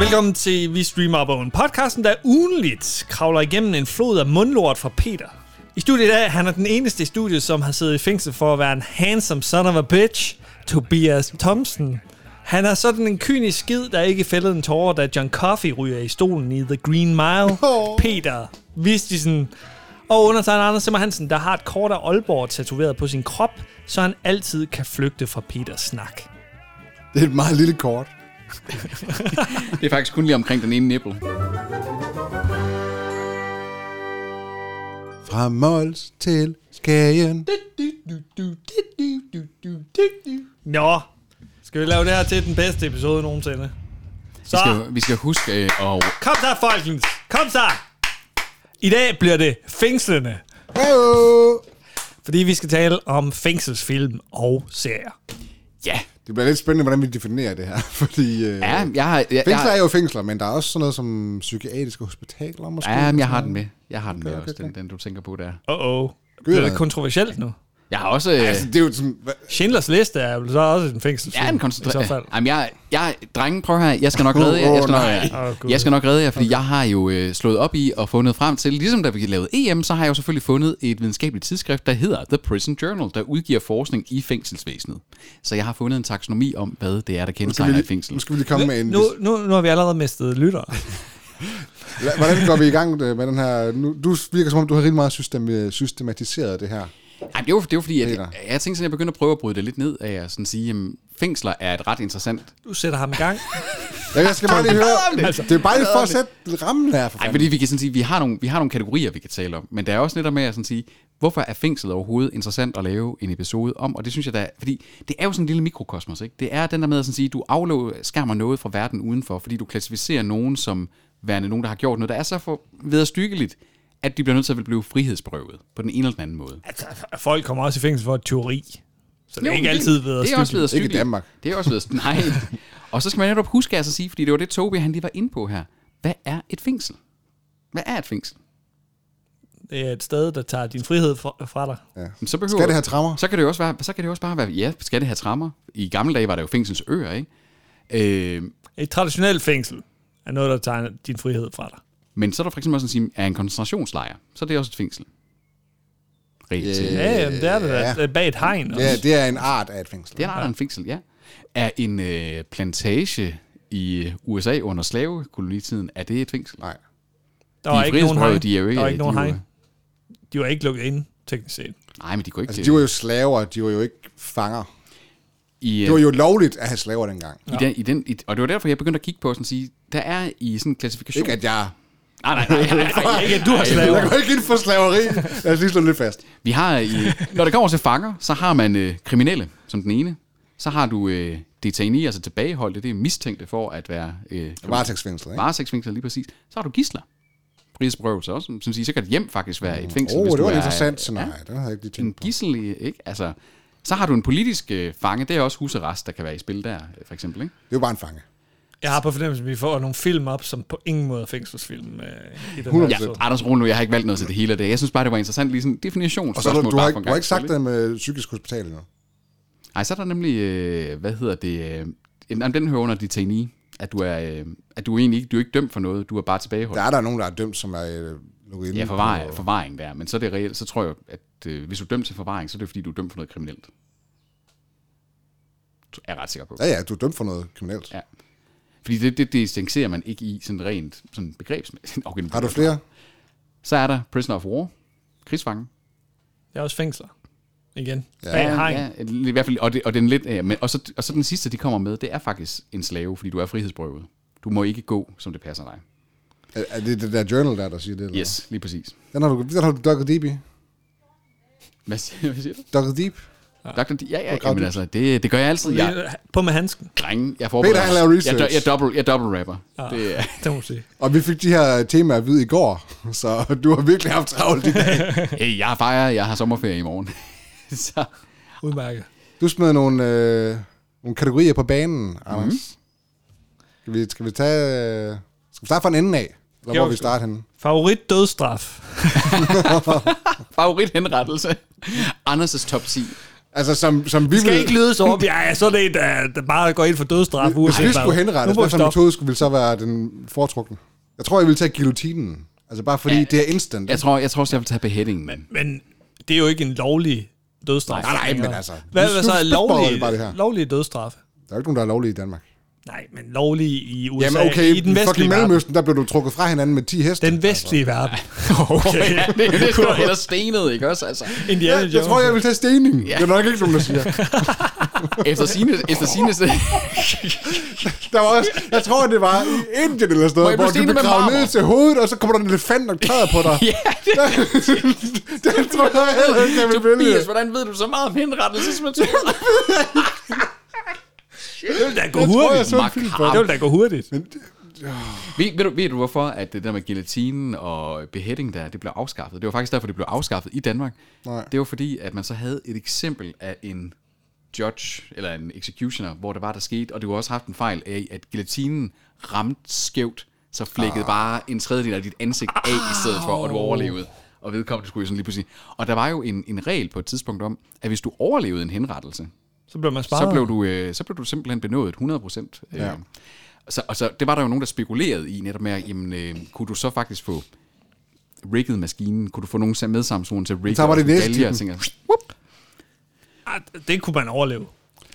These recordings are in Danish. Velkommen til Vi Streamer Bogen, podcasten, der ugenligt kravler igennem en flod af mundlort fra Peter. I studiet i dag, han er den eneste i studiet, som har siddet i fængsel for at være en handsome son of a bitch, Tobias Thompson. Han er sådan en kynisk skid, der ikke fældede en tårer, da John Coffey ryger i stolen i The Green Mile. Åh. Peter Vistisen og undertegnet Anders Simmer Hansen, der har et kort af Aalborg tatoveret på sin krop, så han altid kan flygte fra Peters snak. Det er et meget lille kort. Det er faktisk kun lige omkring den ene nipple. Fra Mols til Skagen. Nå, skal vi lave det her til den bedste episode nogensinde? Så, Vi skal, vi skal huske øh, og... kom så, folkens! Kom så! I dag bliver det fængslende, Hallo! fordi vi skal tale om fængselsfilm og serier. Ja, Det bliver lidt spændende, hvordan vi definerer det her, fordi... Øh, ja jeg, har, jeg, jeg, Fængsler er har- jo fængsler, men der er også sådan noget som psykiatriske hospitaler måske. ja, men jeg har den med. Jeg har den med Okay, også, okay, den, den du tænker på der. Uh-oh. Bliver det da. kontroversielt nu? Jeg har også... Øh, Altså, det er jo sådan... Hvad? Schindlers Liste er jo så også en fængselsfilm. jeg er en I så koncentreret... fald. Jamen, jeg, jeg... Drenge, prøv her. Jeg skal nok redde jer. Jeg skal Åh, nok, nej. Åh, Gud. jeg skal nok redde jer, fordi jeg har jo øh, slået op i og fundet frem til... Ligesom da vi lavede EM, så har jeg jo selvfølgelig fundet et videnskabeligt tidsskrift, der hedder The Prison Journal, der udgiver forskning i fængselsvæsenet. Så jeg har fundet en taksonomi om, hvad det er, der Nu skal, vi kendetegner et lige, nu fængsel. skal vi lige komme med en... Nu, nu, nu har vi allerede mistet lyttere. Hvordan går vi i gang øh, med den her... Nu, du virker som om, du har rigtig meget system, systematiseret det her. Ej, det var, det var fordi, at Peter. jeg, jeg tænkte sådan, at jeg begyndte at prøve at bryde det lidt ned af at sådan sige, at fængsler er et ret interessant. Du sætter ham i gang. Ja, jeg skal bare lige høre... Det er bare lige for at sætte rammen her, for Ej, fanden. fordi vi kan sådan sige, vi har, nogle, vi har nogle kategorier, vi kan tale om, men der er også netop med at sådan sige, hvorfor er fængslet overhovedet interessant at lave en episode om, og det synes jeg da, fordi det er jo sådan en lille mikrokosmos, ikke? Det er den der med at sådan sige, du afskærmer noget fra verden udenfor, fordi du klassificerer nogen som værende nogen, der har gjort noget, der er så for vederstykkeligt, at de bliver nødt til at blive frihedsberøvet på den ene eller den anden måde. Altså, folk kommer også i fængsel for et teori. Så det er Jo, ikke altid ved at Det er også stykke. ved at Ikke i cykle. Danmark. Det er også ved at Nej. Og så skal man netop huske altså at sige, fordi det var det, Tobi han lige var inde på her. Hvad er et fængsel? Hvad er et fængsel? Det er et sted, der tager din frihed fra, fra dig. Men Så behøver, Skal det have trammer? Så kan det jo også, være, så kan det jo også bare være, ja, skal det have trammer? I gamle dage var der jo fængselsøer, ikke? Øh, Et traditionelt fængsel er noget, der tager din frihed fra dig. men så er der for eksempel også sådan at sige, er en koncentrationslejr, så er det også et fængsel. Reelt set. Ja, jamen, det er det da. ja. Det er Bag et hegn også. Ja, det er en art af et fængsel. Det er en art af en fængsel, ja. Er en øh, plantage i øh, USA under slavekolonitiden, er det et fængsel? Nej. der var de ikke nogen hegn. frihedsberøvede, de er jo ikke- der var ikke de nogen er jo- hegn. De var ikke lukket inde, teknisk set. Nej, men de går ikke Altså, til... de var jo slaver, de var jo ikke fanger. i, Det var jo lovligt at have slaver dengang. I den, i den, i, og det var derfor, jeg begyndte at kigge på sådan at sige, der er i sådan en klassifikation... Ikke at jeg... nej, nej, nej, nej, nej, nej, ikke at Du har slaver. Jeg går ikke ind for slaveri. Lad os lige slå det lidt fast. Vi har i, når det kommer til fanger, så har man øh, kriminelle som den ene. Så har du øh, detainees, altså tilbageholdte, det er mistænkte for at være... Øh, Varetægtsfængslet, ikke? Varetægtsfængslet lige præcis. Så har du gisler. Prisberøvelse også. Som siger, så kan et hjem faktisk være et fængsel. Åh, hvis oh, det du var et er- interessant scenarie. Ja. Den havde jeg ikke lige en tænkt på. gissel, i- ikke? Altså, så har du en politisk øh, fange. Det er også husarrest, der kan være i spil der, øh, for eksempel. Ikke? Det var bare en fange. Jeg har på fornemmelsen, at vi får nogle film op, som på ingen måde er fængselsfilm øh, i den her 100%. Ja, episode. Anders Rune, jeg har ikke valgt noget til det hele af det. Jeg synes bare, det var interessant, lige sådan definition. Og så du, du, har, ikke, du har ikke sagt det med psykisk hospital endnu. Nej, så er der nemlig, øh, hvad hedder det, øh, jamen, den hører under detainee, at du er, øh, at du egentlig ikke, du er ikke dømt for noget, du er bare tilbageholdt. Der er der nogen, der er dømt, som er øh, lukket inde. Ja, på- forvaring, forvaring der, men så er det reelt, så tror jeg, at øh, hvis du er dømt til forvaring, så er det fordi, du er dømt for noget kriminelt. Det Er jeg ret sikker på. Ja, ja, du er dømt for noget kriminelt. Ja. Fordi det, det, det distancerer man ikke i sådan rent sådan begrebsmæssigt. Okay, nu- Har du flere? Så er der prisoner of war, krigsfange. Det er også fængsler. Igen. Ja. Bag et hegn. ja, i hvert fald, og, det, og den lidt, ja, men, og, så, og så den sidste, de kommer med, det er faktisk en slave, fordi du er frihedsberøvet. Du må ikke gå, som det passer dig. Er, er det det der journal der, der siger det? eller Yes, lige præcis. hvad? Den har du, den har du dukket deep i. Hvad siger, hvad siger du? Dukket deep. Dr. D- ja, ja, grav jamen, dybt. altså, det, det gør jeg altid. Jeg Lige, øh, På med handsken, drenge, jeg forbereder. Peter, han laver research. Jeg, do- jeg, double, jeg double rapper. Ah. Det, er- det må man sige. Og vi fik de her temaer at vide i går, så du har virkelig haft travlt i dag. hey, jeg fejrer, jeg har sommerferie i morgen. så, Udmærket. Du smed nogle, øh, nogle kategorier på Mhm. banen, Anders. Mm-hmm. Skal, vi, skal vi tage... Øh, skal vi starte fra en ende af? Eller Jo, hvor vi skal- starte henne? Favorit dødstraf. favorit henrettelse. Anders' top 10. Altså, som, som vi Det skal ville- ikke lyde så op. Jeg er sådan en, der, der bare går ind for dødsstraf. Hvis uanset vi hvad. skulle Nu henrettes, må vi hvad for en stoppe. metode skulle, ville så være den foretrukne? Jeg tror, jeg ville tage guillotinen. Altså bare fordi ja, det er instant. Altså- Jeg tror, jeg tror også, jeg vil tage beheadingen. Men. Men det er jo ikke en lovlig dødsstraf. Nej, nej, men altså, Hvad, nu- hvad nu så er spidspår vi lovlig, bare det her. lovlige dødsstraffe? Der er jo ikke nogen, der er lovlige i Danmark. Nej, men lovlige i USA, Jamen okay, i den fucking Altså. vestlige verden. Mellemøsten, der blev du trukket fra hinanden med 10 heste. Den vestlige verden. Okay. ja, det, det er jo eller stenet, ikke også? Altså, Indiana Ja, Jones. jeg tror, jeg vil tage stening. Det er nok ikke nogen, der siger. efter sine, efter sine, Der var også, jeg tror, det var i Indien eller sådan Må noget, hvor jeg blive stenet du med blev gravet marmor? ned til hovedet, og så kommer der en elefant og træder på dig. ja, det Den tror jeg heller ikke, jeg vil vælge. Tobias, hvordan ved du så meget om henrettelsesmetoder? det ville da gå Jeg tror, jeg hurtigt. så en film på. Det ville da gå hurtigt. ved, ved, du, ved du hvorfor, at det der med guillotinen og beheading der, det blev afskaffet? Det var faktisk derfor, det blev afskaffet i Danmark. Nej. Det var fordi, at man så havde et eksempel af en judge, eller en executioner, hvor det var, der skete, og det var også haft en fejl af, at guillotinen ramte skævt, så flækkede ah. bare en tredjedel af dit ansigt af i stedet for, og du overlevede. Og vedkommende skulle jo sådan lige pludselig... Og der var jo en, en regel på et tidspunkt om, at hvis du overlevede en henrettelse, Så blev man sparet. så blev du, øh, så blev du simpelthen benådet 100 procent. Øh. Ja. Så, og så, det var der jo nogen, der spekulerede i netop med, at, jamen, øh, kunne du så faktisk få rigget maskinen? Kunne du få nogen sam- medsamsvoren til at rigge? Så var det og næste sådan galger, i og tænker, Ah, Det kunne man overleve.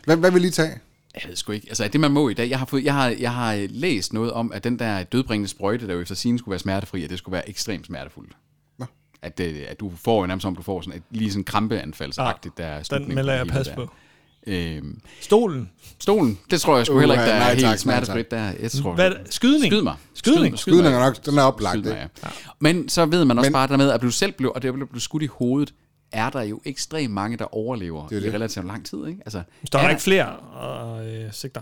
Hvad, hvad vil I tage? Jeg ved sgu ikke. Altså, er det man må i dag? Jeg har, fået, jeg, har, jeg har øh, læst noget om, at den der dødbringende sprøjte, der jo efter sin skulle være smertefri, at det skulle være ekstremt smertefuldt. Nå. At, det, at du får jo nærmest som, du får sådan, et, lige sådan en krampeanfaldsagtigt, Ah, der er slutningen melder på jeg hele pas der. på. Øhm, Stolen. stolen, det tror jeg sgu heller ikke, Uha, der er nej tak, nej tak. helt smertefrit der. Jeg tror, Hvad, skydning? Skyd mig. Skydning? Skyd, Skydning mig. er nok, den er oplagt. Skyd mig, Ikke? ja. Men så ved man også bare dermed, at du selv blev, og det blev du skudt i hovedet, er der jo ekstremt mange, der overlever det er det. i det. relativt lang tid. Ikke? Altså, Der er er- ikke flere og, øh, sigter.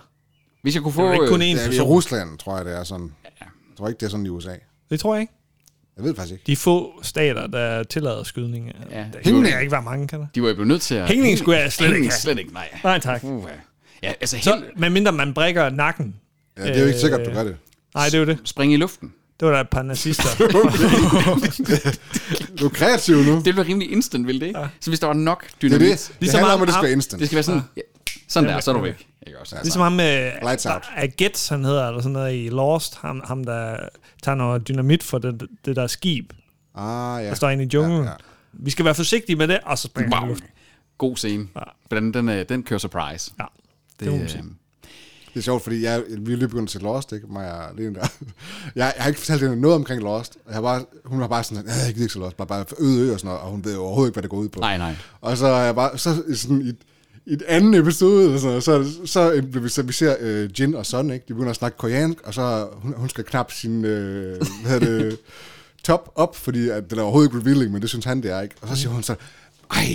Hvis jeg kunne Der få... øh, er ikke kun én Ja, I person. Rusland tror jeg, det er sådan. Jeg tror ikke, det er sådan i USA. Det tror jeg ikke. Jeg ved faktisk ikke. De få stater, der tillader skydning. Ja. Det kan Hængning. jeg ikke være mange, kan der. De var jo blevet nødt til at... Hængning skulle jeg slet Hængning ikke have. slet ikke, nej. Nej, tak. Uha. Ja, altså helt Så, medmindre man brækker nakken. Ja, det er jo ikke sikkert, du gør det. Nej, det er jo det. springe i luften. Det var der et par nazister. Du er kreativ nu. Øh. Det ville være rimelig instant, ville det ikke? Ja. Så hvis der var nok Det er dynamit... det. Det Ligesom handler om, ham- at det skal være ham- instant. det skal være sådan... Ja. Sådan der, så er du væk. Ikke også? Altså. ligesom ham med Lights out. Agets, han hedder, eller sådan noget i Lost. Ham, ham der tager noget dynamit for det, det der skib, Ah, ja. Altså, der står inde i junglen. Ja, ja. Vi skal være forsigtige med det, og så springer han i Wow. luften. God scene. For den, den, øh, den kører surprise. Ja. Det, øh, må man øh, det, sige. Det er sjovt, fordi jeg, vi er lige begyndt til Lost, ikke? Mig og Lene der. Jeg, jeg har ikke fortalt hende noget omkring Lost. Jeg har bare, hun har bare sådan, "Øh, jeg gider ikke så Lost, bare, bare øde ø og sådan noget, og hun ved jo overhovedet ikke, hvad det går ud på. Nej, nej. Og så er jeg bare, så i sådan i, et- i et anden episode, eller sådan noget, så, så, vi, så vi ser øh, Jin og Son, ikke? De begynder at snakke koreansk, og så hun, hun skal knap sin, øh, hvad hedder det, top op, fordi at den er overhovedet ikke revealing, men det synes han, det er, ikke? Og så siger hun så, ej,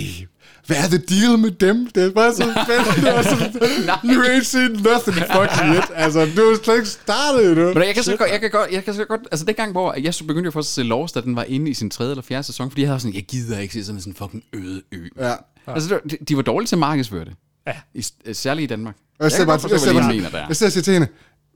hvad er the deal med dem? Det er bare så fedt. Det er sådan, you ain't seen nothing fucking yet. Altså, du har slet ikke startet endnu. Men jeg kan så godt, jeg kan godt, jeg kan så godt, altså dengang, hvor jeg så begyndte jo først at se Lost, da den var inde i sin tredje eller fjerde sæson, fordi jeg havde sådan, jeg gider ikke se sådan en fucking øde ø. Ja. Altså, det var- de, de var dårlige til at markedsføre det. Ja. I, øh, særligt i Danmark. Og jeg, kan jeg, bare, godt forstå, jeg, hvad sidder Lene bare, mener der. jeg sidder og siger til hende,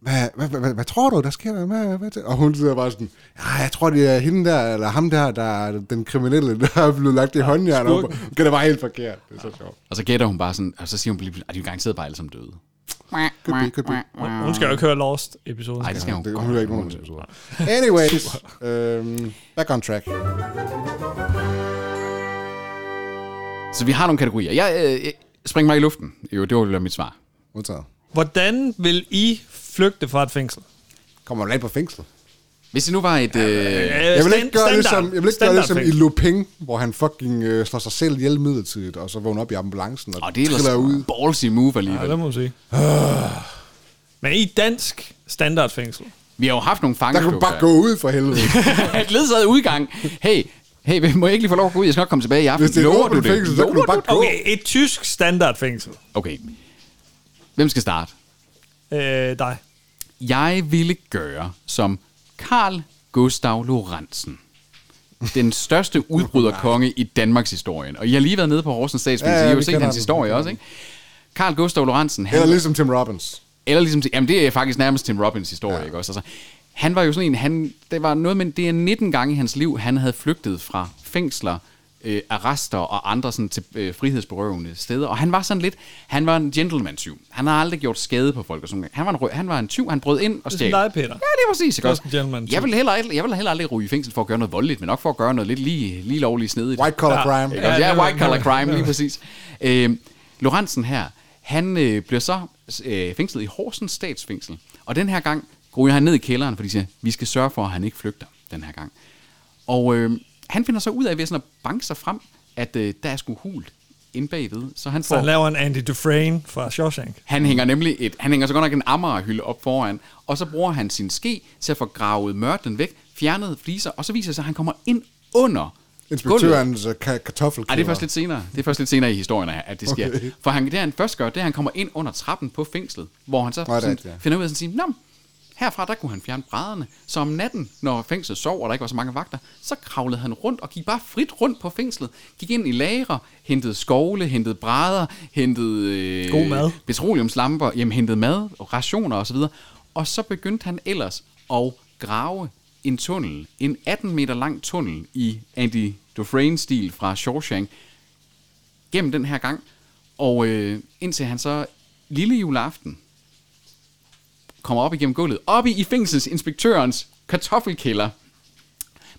hvad, hvad, hvad, hvad, hvad tror du, der sker? der? Hvad, hvad, hvad? Og hun sidder bare sådan, ja, jeg tror, det er hende der, eller ham der, der er den kriminelle, der er blevet lagt i ja, håndjern. Og hun bare, "Okay, det var helt forkert. Det er så sjovt. Og så gætter hun bare sådan, og så siger hun, at de er jo garanteret bare alle sammen døde. Could be, could be. Hun skal jo ikke høre Lost-episoden. Nej, det skal hun. Det godt kommer nok. ikke nogen af episoder. Anyways, øhm, back on track. Så vi har nogle kategorier. Jeg, øh, jeg- spring mig i luften. Jo, det var jo mit svar. Modtaget. Hvordan vil I flygte fra et fængsel? Kommer man på fængsel? Hvis det nu var et... Øh, Jeg vil ikke gøre det som, jeg vil ikke gøre det som i Standardfængsel. Lupin, hvor han fucking øh, slår sig selv ihjel midlertidigt, og så vågner op i ambulancen og, og og det er triller ud. ellers ballsy move Ja, alligevel. det må man sige. Men i et dansk standardfængsel. Vi har jo haft nogle fanger. Der kan du bare gå ud for helvede. Et ledsaget udgang. Hey, hey, må jeg ikke lige få lov at gå ud? Jeg skal nok komme tilbage i aften. Hvis det er et Lover du åbent det? fængsel, så kan du Lover bare gå. Okay, et tysk standardfængsel. Okay. Hvem skal starte? Øh, dig. Jeg ville gøre som Karl Gustav Lorentzen. Den største udbryderkonge i Danmarks historie. Og I har lige været nede på Horsens Statsminister, Ja, ja, ja, I har jo vi set kender hans den. historie også, ikke? Karl Gustav Lorentzen, han, Eller eller, ligesom Tim Robbins. eller ligesom, jamen det er faktisk nærmest Tim Robbins historie, ja. ikke også? Altså, han var jo sådan en, han, det var noget, men det er 19 gange i hans liv, han havde flygtet fra fængsler, øh, arrester og andre sådan, til, øh, frihedsberøvende steder. Og han var sådan lidt, han var en gentleman-tyv. Han har aldrig gjort skade på folk og sådan noget. Han var en, rø- han var en tyv, han brød ind og stjal. dig, Peter. Ja, det var præcis. ikke Først også? en gentleman-tyv. Jeg vil heller, aldrig- jeg vil heller aldrig ryge i fængsel for at gøre noget voldeligt, men nok for at gøre noget lidt lige, lige lovligt snedigt. White collar crime. Ja, Ikke også? Ja, det ja var- white collar det var- crime, lige præcis. Øh, Lorentzen her, han øh, bliver så øh, fængslet i Horsens statsfængsel. Og den her gang ryger han ned i kælderen, fordi de siger, vi skal sørge for, at han ikke flygter den her gang. Og øh, han finder så ud af ved sådan at banke sig frem, at øh, der er sgu hult inde bagved. Så han Så får... han laver en Andy Dufresne fra Shawshank. Han hænger nemlig et, han hænger så godt nok en Amagerhylde op foran, og så bruger han sin ske til at få gravet mørtlen væk, fjernet fliser, og så viser det sig, at han kommer ind under gulvet. Inspektørens uh, ka- kartoffel. Ej, det er først lidt senere. Det er først lidt senere i historien, at det sker. Okay. Okay. For han, det han først gør, det er, at han kommer ind under trappen på fængslet, hvor han så Right, sådan, ja. finder ud af at sige, Nå, men herfra der kunne han fjerne brædderne. Så om natten, når fængslet sov, og der ikke var så mange vagter, så kravlede han rundt og gik bare frit rundt på fængslet. Gik ind i lager, hentede skovle, hentede brædder, hentede... Øh, God mad. Petroleumslamper, jamen hentede mad, og rationer osv. Og så begyndte han ellers at grave en tunnel, en 18 meter lang tunnel i Andy Dufresne-stil fra Shawshank, gennem den her gang. Og øh, indtil han så lille juleaften kommer op igennem gulvet, op i, i fængselsinspektørens kartoffelkælder.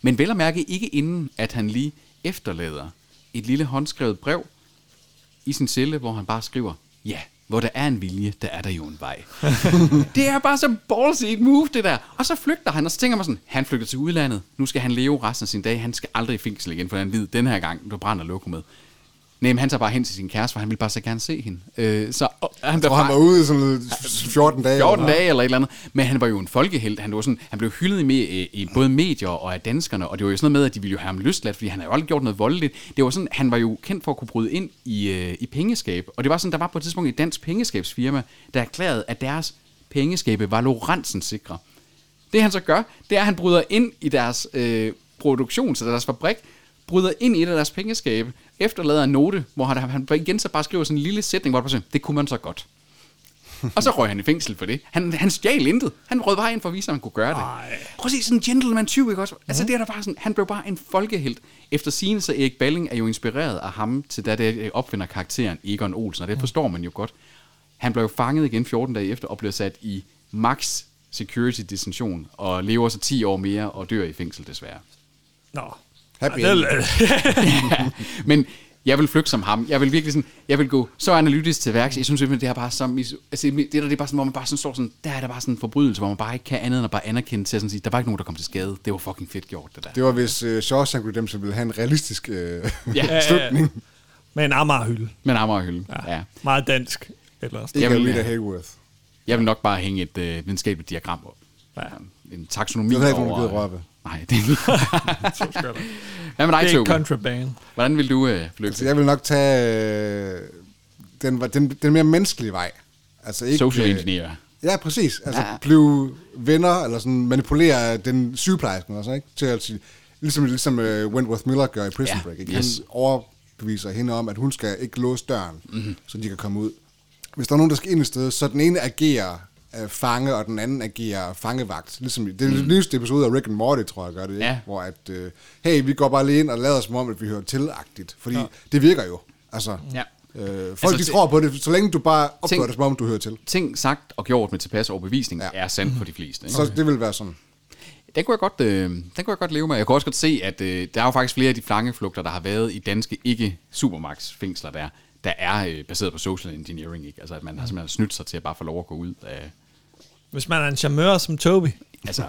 Men vel at mærke ikke inden, at han lige efterlader et lille håndskrevet brev i sin celle, hvor han bare skriver, ja, hvor der er en vilje, der er der jo en vej. det er bare så ballsy et move, det der. Og så flygter han, og så tænker man sådan, han flygter til udlandet, nu skal han leve resten af sin dag, han skal aldrig i fængsel igen, for han ved, den her gang, du brænder lokummet. Nej, men han tager bare hen til sin kæreste, for han vil bare så gerne se hende. Øh, så, og, han bliver Og han bare- var ude i sådan noget 14 dage. 14 dage eller et eller andet. Men han var jo en folkehelt. Han, var sådan, han blev hyldet i, me- øh, i både medier og af danskerne, og det var jo sådan noget med, at de ville jo have ham løsladt, fordi han havde jo aldrig gjort noget voldeligt. Det var sådan, han var jo kendt for at kunne bryde ind i, øh, i pengeskab. Og det var sådan, der var på et tidspunkt et dansk pengeskabsfirma, der erklærede, at deres pengeskabe var Lorentzen sikre. Det han så gør, det er, at han bryder ind i deres øh, produktion, så deres fabrik, bryder ind i et af deres pengeskabe, efterlader en note, hvor han, han igen så bare skriver sådan en lille sætning, hvor der bare siger, det kunne man så godt. Og så røg han i fængsel for det. Han, han stjal intet. Han rød bare ind for at vise, at han kunne gøre det. Ej. Prøv at se, sådan en gentleman 20, ikke også? Altså, det er der bare sådan, han blev bare en folkehelt. Efter sigende, så Erik Balling er jo inspireret af ham til, da det øh, opfinder karakteren Egon Olsen, og det forstår man jo godt. Han blev jo fanget igen 14 dage efter, og blev sat i max security detention, og lever så 10 år mere og dør i fængsel desværre. Nå. Happy Ej, det er- Ja, men jeg vil flygte som ham. Jeg vil virkelig sådan, jeg vil gå så analytisk til værks. Jeg synes simpelthen, det er bare så, mis- altså, det der, det er bare sådan, hvor man bare sådan står sådan, der er der bare sådan en forbrydelse, hvor man bare ikke kan andet end at bare anerkende til at sådan sige, der var ikke nogen, der kom til skade. Det var fucking fedt gjort, det der. Det var hvis uh, Shawshank Redemption ville have en realistisk uh, Ja. Ja, ja, ja. slutning. Med en Amagerhylde. Men Amagerhylde, ja. ja. Meget dansk. Ellers. Ikke Jamen, Rita ja. Hayworth. Jeg vil nok bare hænge et øh, videnskabeligt diagram op. Ja. En taksonomi Det ved jeg ikke, over... om du gider røre ved. Nej, det er Hvad med dig, Det er Tobi? contraband. Hvordan vil du øh, flygte? Så Altså, jeg vil nok tage øh, den, var- den, den mere menneskelige vej. Altså ikke, øh, Social engineer. Ja, præcis. Altså Ja. ja. blive venner, eller sådan manipulere den sygeplejersken, altså, ikke? Til at sige, ligesom, ligesom uh, Wentworth Miller gør i Prison Ja, ja. Break. Ikke? yes. Han overbeviser hende om, at hun skal ikke låse døren, Mhm. mm-hmm. så de kan komme ud. Hvis der er nogen, der skal ind et sted, så den ene agerer øh, fange, og den anden agerer fangevagt. Ligesom, i- det er mm. den nyeste episode af Rick and Morty, tror jeg, gør det. Ikke? Mhm. Ja. Hvor at, øh, hey, vi går bare lige ind og lader som om, at vi hører til-agtigt. Fordi ja. det virker jo. Altså, Ja. øh, folk Altså, altså, de det- tror på det, så længe du bare opfører Tænk- det som om, du hører til. Ting sagt og gjort med tilpas overbevisning ja. Ja. er sandt for de fleste. Ikke? Så det vil være sådan. Den kunne, jeg godt, øh, den kunne jeg godt leve med. Jeg kunne også godt se, at øh, der er jo faktisk flere af de flangeflugter, der har været i danske ikke-supermax-fængsler, der, der er øh, baseret på social engineering. Ikke? Altså, at man har simpelthen snydt sig til at bare få lov at gå ud af... Hvis man er en charmeur som Toby. Altså,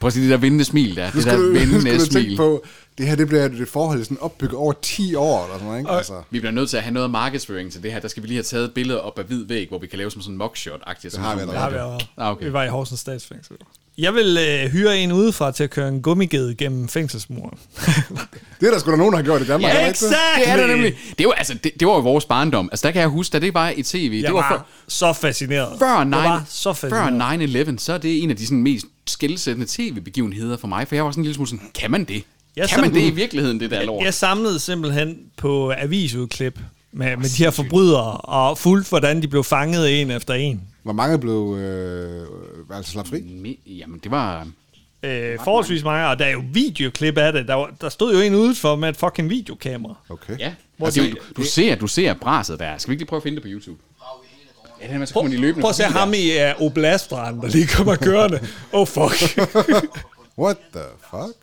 prøv at se det der vendende smil der. Det der skulle vendende du tænke smil. på, det her det bliver et forhold sådan opbygget over 10 år, eller sådan noget, ikke? Altså, Vi bliver nødt til at have noget markedsføring til det her. Der skal vi lige have taget et billede op af hvid væg, hvor vi kan lave som sådan en mugshot-agtigt. Det har vi Der allerede. har vi allerede. Ah, okay. Vi var i Horsens statsfængsel. Jeg vil øh, hyre en udefra til at køre en gummiged gennem fængselsmuren. det er der sgu da nogen, der har gjort i Danmark. Ja, er det ikke det? exakt! Det er der nemlig. Det var, altså, det, det var jo vores barndom. Altså, der kan jeg huske, da det var i tv. Jeg det var, var før- var så fascineret. før, Jeg 9, var så fascineret. før 9-11, så er det en af de sådan, mest skældsættende tv-begivenheder for mig, for jeg var sådan en lille smule sådan, kan man det? Jeg kan man sådan- det i virkeligheden, det der lort? Jeg samlede simpelthen på avisudklip med, med de her forbrydere, og fulgte, hvordan de blev fanget en efter en. Hvor mange blev øh, altså slappet fri? Me- Jamen, det var... Øh, forholdsvis mange, og der er jo videoklip af det. Der, var- der stod jo en udenfor med et fucking videokamera. Okay. Ja. Hvor Altså, de- du, du, ser, du ser braset der. er. Skal vi ikke lige prøve at finde det på YouTube? Ja, den her, så kommer de løbende. Prøv at se forbi der. ham i uh, Oblastbrand, der lige kommer kørende. Oh fuck. What the fuck?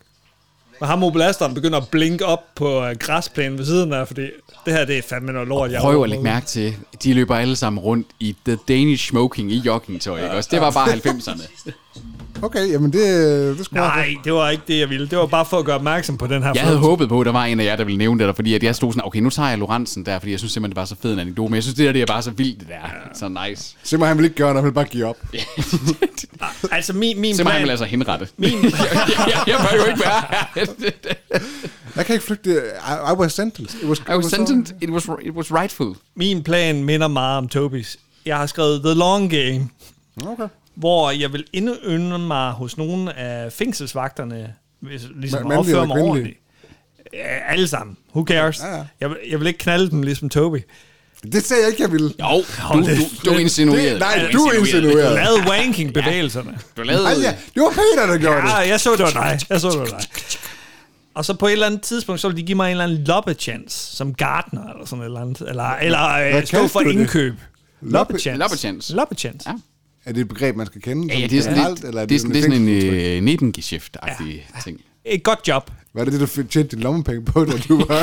Og ham Oblasteren begynder at blinke op på øh, græsplænen ved siden af, fordi det her, det er fandme noget lort, jeg Prøv at lægge mærke til, de løber alle sammen rundt i The Danish Smoking i joggingtøj, ikke også? Det var bare 90'erne. Okay, jamen det, øh, det skulle Nej, det var ikke det, jeg ville. Det var bare for at gøre opmærksom på den her Jeg havde flugt. håbet på, at der var en af jer, der ville nævne det der, fordi at jeg stod sådan, okay, nu tager jeg Lorentzen der, fordi jeg synes simpelthen, det var så fed en anekdote, men jeg synes, det der det er bare så vildt, det der. Så nice. Simmer, han vil ikke gøre noget, han vil bare give op. Altså, min, min Simpelthen, han vil plan... altså henrette. Min... jeg, jeg, jeg, bør jo ikke være her. Jeg kan ikke flygte. I, I was sentenced. It was, I was it sentenced, it was, it was rightful. Min plan minder meget om Tobis. Jeg har skrevet The Long Game, Okay. hvor jeg vil indønde mig hos nogle af fængselsvagterne, hvis ligesom Ma- Ma- mandlige opfører mig eller kvindelige? ordentligt. Ja, alle sammen. Who cares? Ja, ja. Jeg, vil, jeg vil ikke knalde dem ligesom Toby. Det sagde jeg ikke, jeg ville. Jo, du, du, du insinuerede. Det- nej, du Jeg insinuerede. lavede wanking-bevægelserne. Du lavede... Ej, ja, det var Peter, der gjorde det. Ja, jeg så, det var dig. Jeg så, det var dig. Og så på et eller andet tidspunkt, så vil de give mig en eller anden loppechance, som gartner eller sådan et eller andet. Eller, eller øh, stå kaldte for du det? indkøb. Loppe- Loppechance. loppechance. Loppechance. Ja. Er det et begreb, man skal kende? Ja, ja, det er sådan lidt, det, er sådan- det er sådan en øh, nebengeschift-agtig ting. Et godt job. Hvad er det, du fik- tjente dine lommepenge på, da du var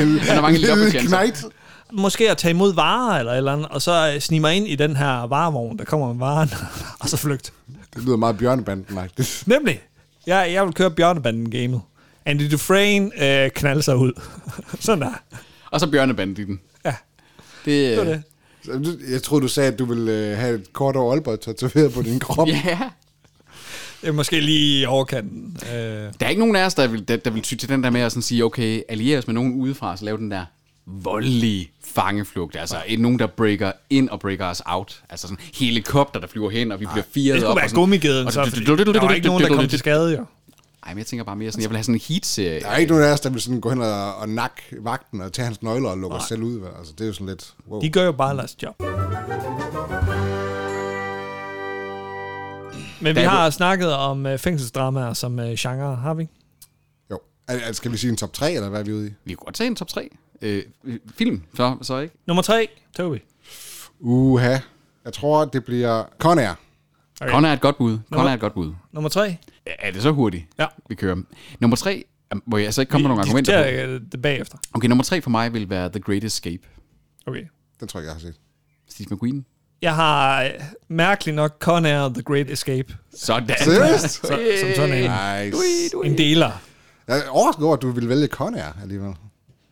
en er mange lille loppetjenester. knejt? Måske at tage imod varer eller et eller andet, og så øh, snige mig ind i den her varevogn, der kommer med varen, og så flygte. Det lyder meget bjørnebanden-agtigt. Nemlig, jeg, jeg vil køre bjørnebanden-gamet. Andy Dufresne øh, knalde sig ud. sådan der. Og så bjørnebanditten. Ja, Det, øh, det var det. Så du- Jeg tror du sagde, at du ville øh, have et kort over Aalborg tatoveret på din krop. Ja. Det er måske lige i overkanten. Øh, Der er ikke nogen af os, der vil, der, der vil ty til den der med at sådan sige, okay, alliere os med nogen udefra, og så lave den der voldelige fangeflugt. Altså et, nogen, der breaker ind og breaker os out. Altså sådan helikopter, der flyver hen, og vi bliver firet op. det skulle og være sådan- gummigeden, og så, du- fordi du- du- du- der var du- ikke nogen, der du- kom du- til skade, jo. Ej, men jeg tænker bare mere sådan, jeg vil have sådan en heat-serie. Der er ikke nogen af os, der vil sådan gå hen og, og nakke vagten og tage hans nøgler og lukke os selv ud. vel? Altså, det er jo sådan lidt... Wow. De gør jo bare deres job. Men vi Der er har snakket om øh, fængselsdramaer som øh, genre, har vi? Jo. Al- al- skal vi sige en top 3, eller hvad er vi ude i? Vi kunne godt tage en top 3. Øh, film, så, så ikke? Nummer tre, Toby. Uha. Jeg tror, det bliver Con Air. Okay. Connor er et godt bud. Connor er et godt bud. Nummer tre. Er det så hurtigt? Ja. Vi kører. Nummer 3, må jeg så ikke komme med nogle argumenter på? argumenter på. øh, det bagefter. Okay, nummer 3 for mig vil være The Great Escape. Okay. Den tror jeg, jeg har set. Steve McQueen. Jeg har øh, mærkeligt nok Con Air The Great Escape Sådan. Seriøst? så, som sådan en, Nice. en deler. Jeg er overrasket over, at du ville vælge Con Air alligevel.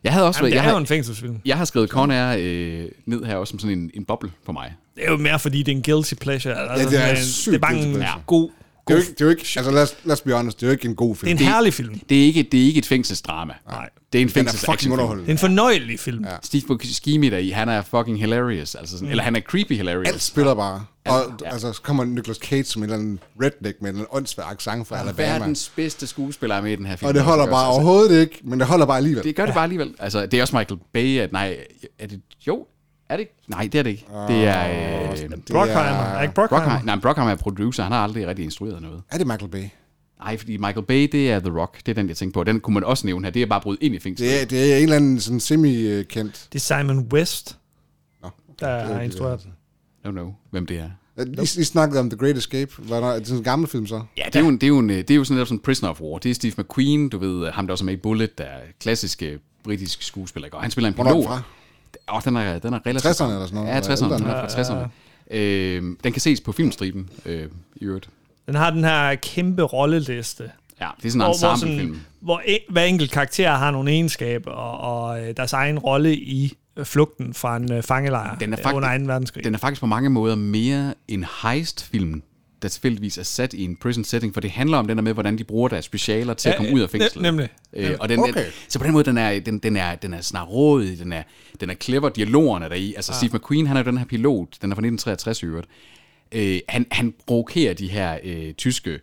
Jeg havde også Jamen, det jeg er jo har, en fængselsfilm. jeg har skrevet Con Air øh, ned her også som sådan en, en boble for mig. Det er jo mere, fordi det er en guilty pleasure. Altså, det er sådan en- sygt det er bare guilty en pleasure. god, Det er god jo ikke, det er jo ikke altså lad os, lad os blive honest, det er jo ikke en god det er film. en herlig film. Det er ikke, det er ikke et fængselsdrama. Nej. Det er en Den er fængsels fucking Det er underholdende. en fornøjelig film. Ja. Steve Buscemi der i, han er fucking hilarious. Altså Mm. sådan, Eller han er creepy hilarious. Alt spiller bare. Og Ja. altså, så kommer Nicolas Cage som en eller anden redneck med en eller anden åndssvær accent fra Alabama. Verdens bedste skuespiller er med i den her film. Og det holder bare altså, overhovedet ikke, men det holder bare alligevel. Det gør det bare alligevel. Altså, det er også Michael Bay. At, nej, er det... Jo, er det ikke? Nej, det er det ikke. Det er... Øhm, Øh, Brockheimer. Er ikke Brockheimer? Brockheimer. Nej, men Brockheimer er producer. Han har aldrig rigtig instrueret noget. Er det Michael Bay? Nej, fordi Michael Bay, det er The Rock. Det er den, jeg tænkte på. Den kunne man også nævne her. Det er bare brudt ind i fængslet. Det er, det er en eller anden sådan semi-kendt. Det er Simon West, Nå. der Det er er det, instrueret. altså. den. I don't know, hvem det er. I, I snakkede om The Great Escape. Var der, er det sådan en gammel film så? Ja, det er, jo en, det, er jo en, øh, det er jo sådan netop sådan Prisoner of War. Det er Steve McQueen, du ved, øh, ham der også er med i Bullet, der er klassisk øh, britisk skuespiller. ikke? Og han spiller en Hvornår er den pilot. fra? Åh, oh, den er, den er relativt... 60'erne eller sådan noget? Ja, 60'erne. Den Eller er fra 60'erne. Øh, den kan ses på filmstriben, øh, i øvrigt. Den har den her kæmpe rolleliste. Ja, det er sådan en ensemblefilm. hvor en, hver enkelt karakter har nogle egenskaber og, og øh, deres egen rolle i øh, flugten fra en øh, fangelejr Den er øh, faktisk- under 2. verdenskrig. Den, Den er faktisk på mange måder mere en heist-film, der tilfældigvis er sat i en prison setting, for det handler om den der med, hvordan de bruger deres specialer til at Ja, komme ud af ne- fængslet. nemlig. Øh, og den, Okay. okay. Så på den måde, den er, den, den er, den er snarådig, den er, den er clever, dialogerne er der i. Altså Ah. ja. Steve McQueen, han er jo den her pilot, den er fra 1963 i øvrigt. Øh, han, han provokerer de her øh, tyske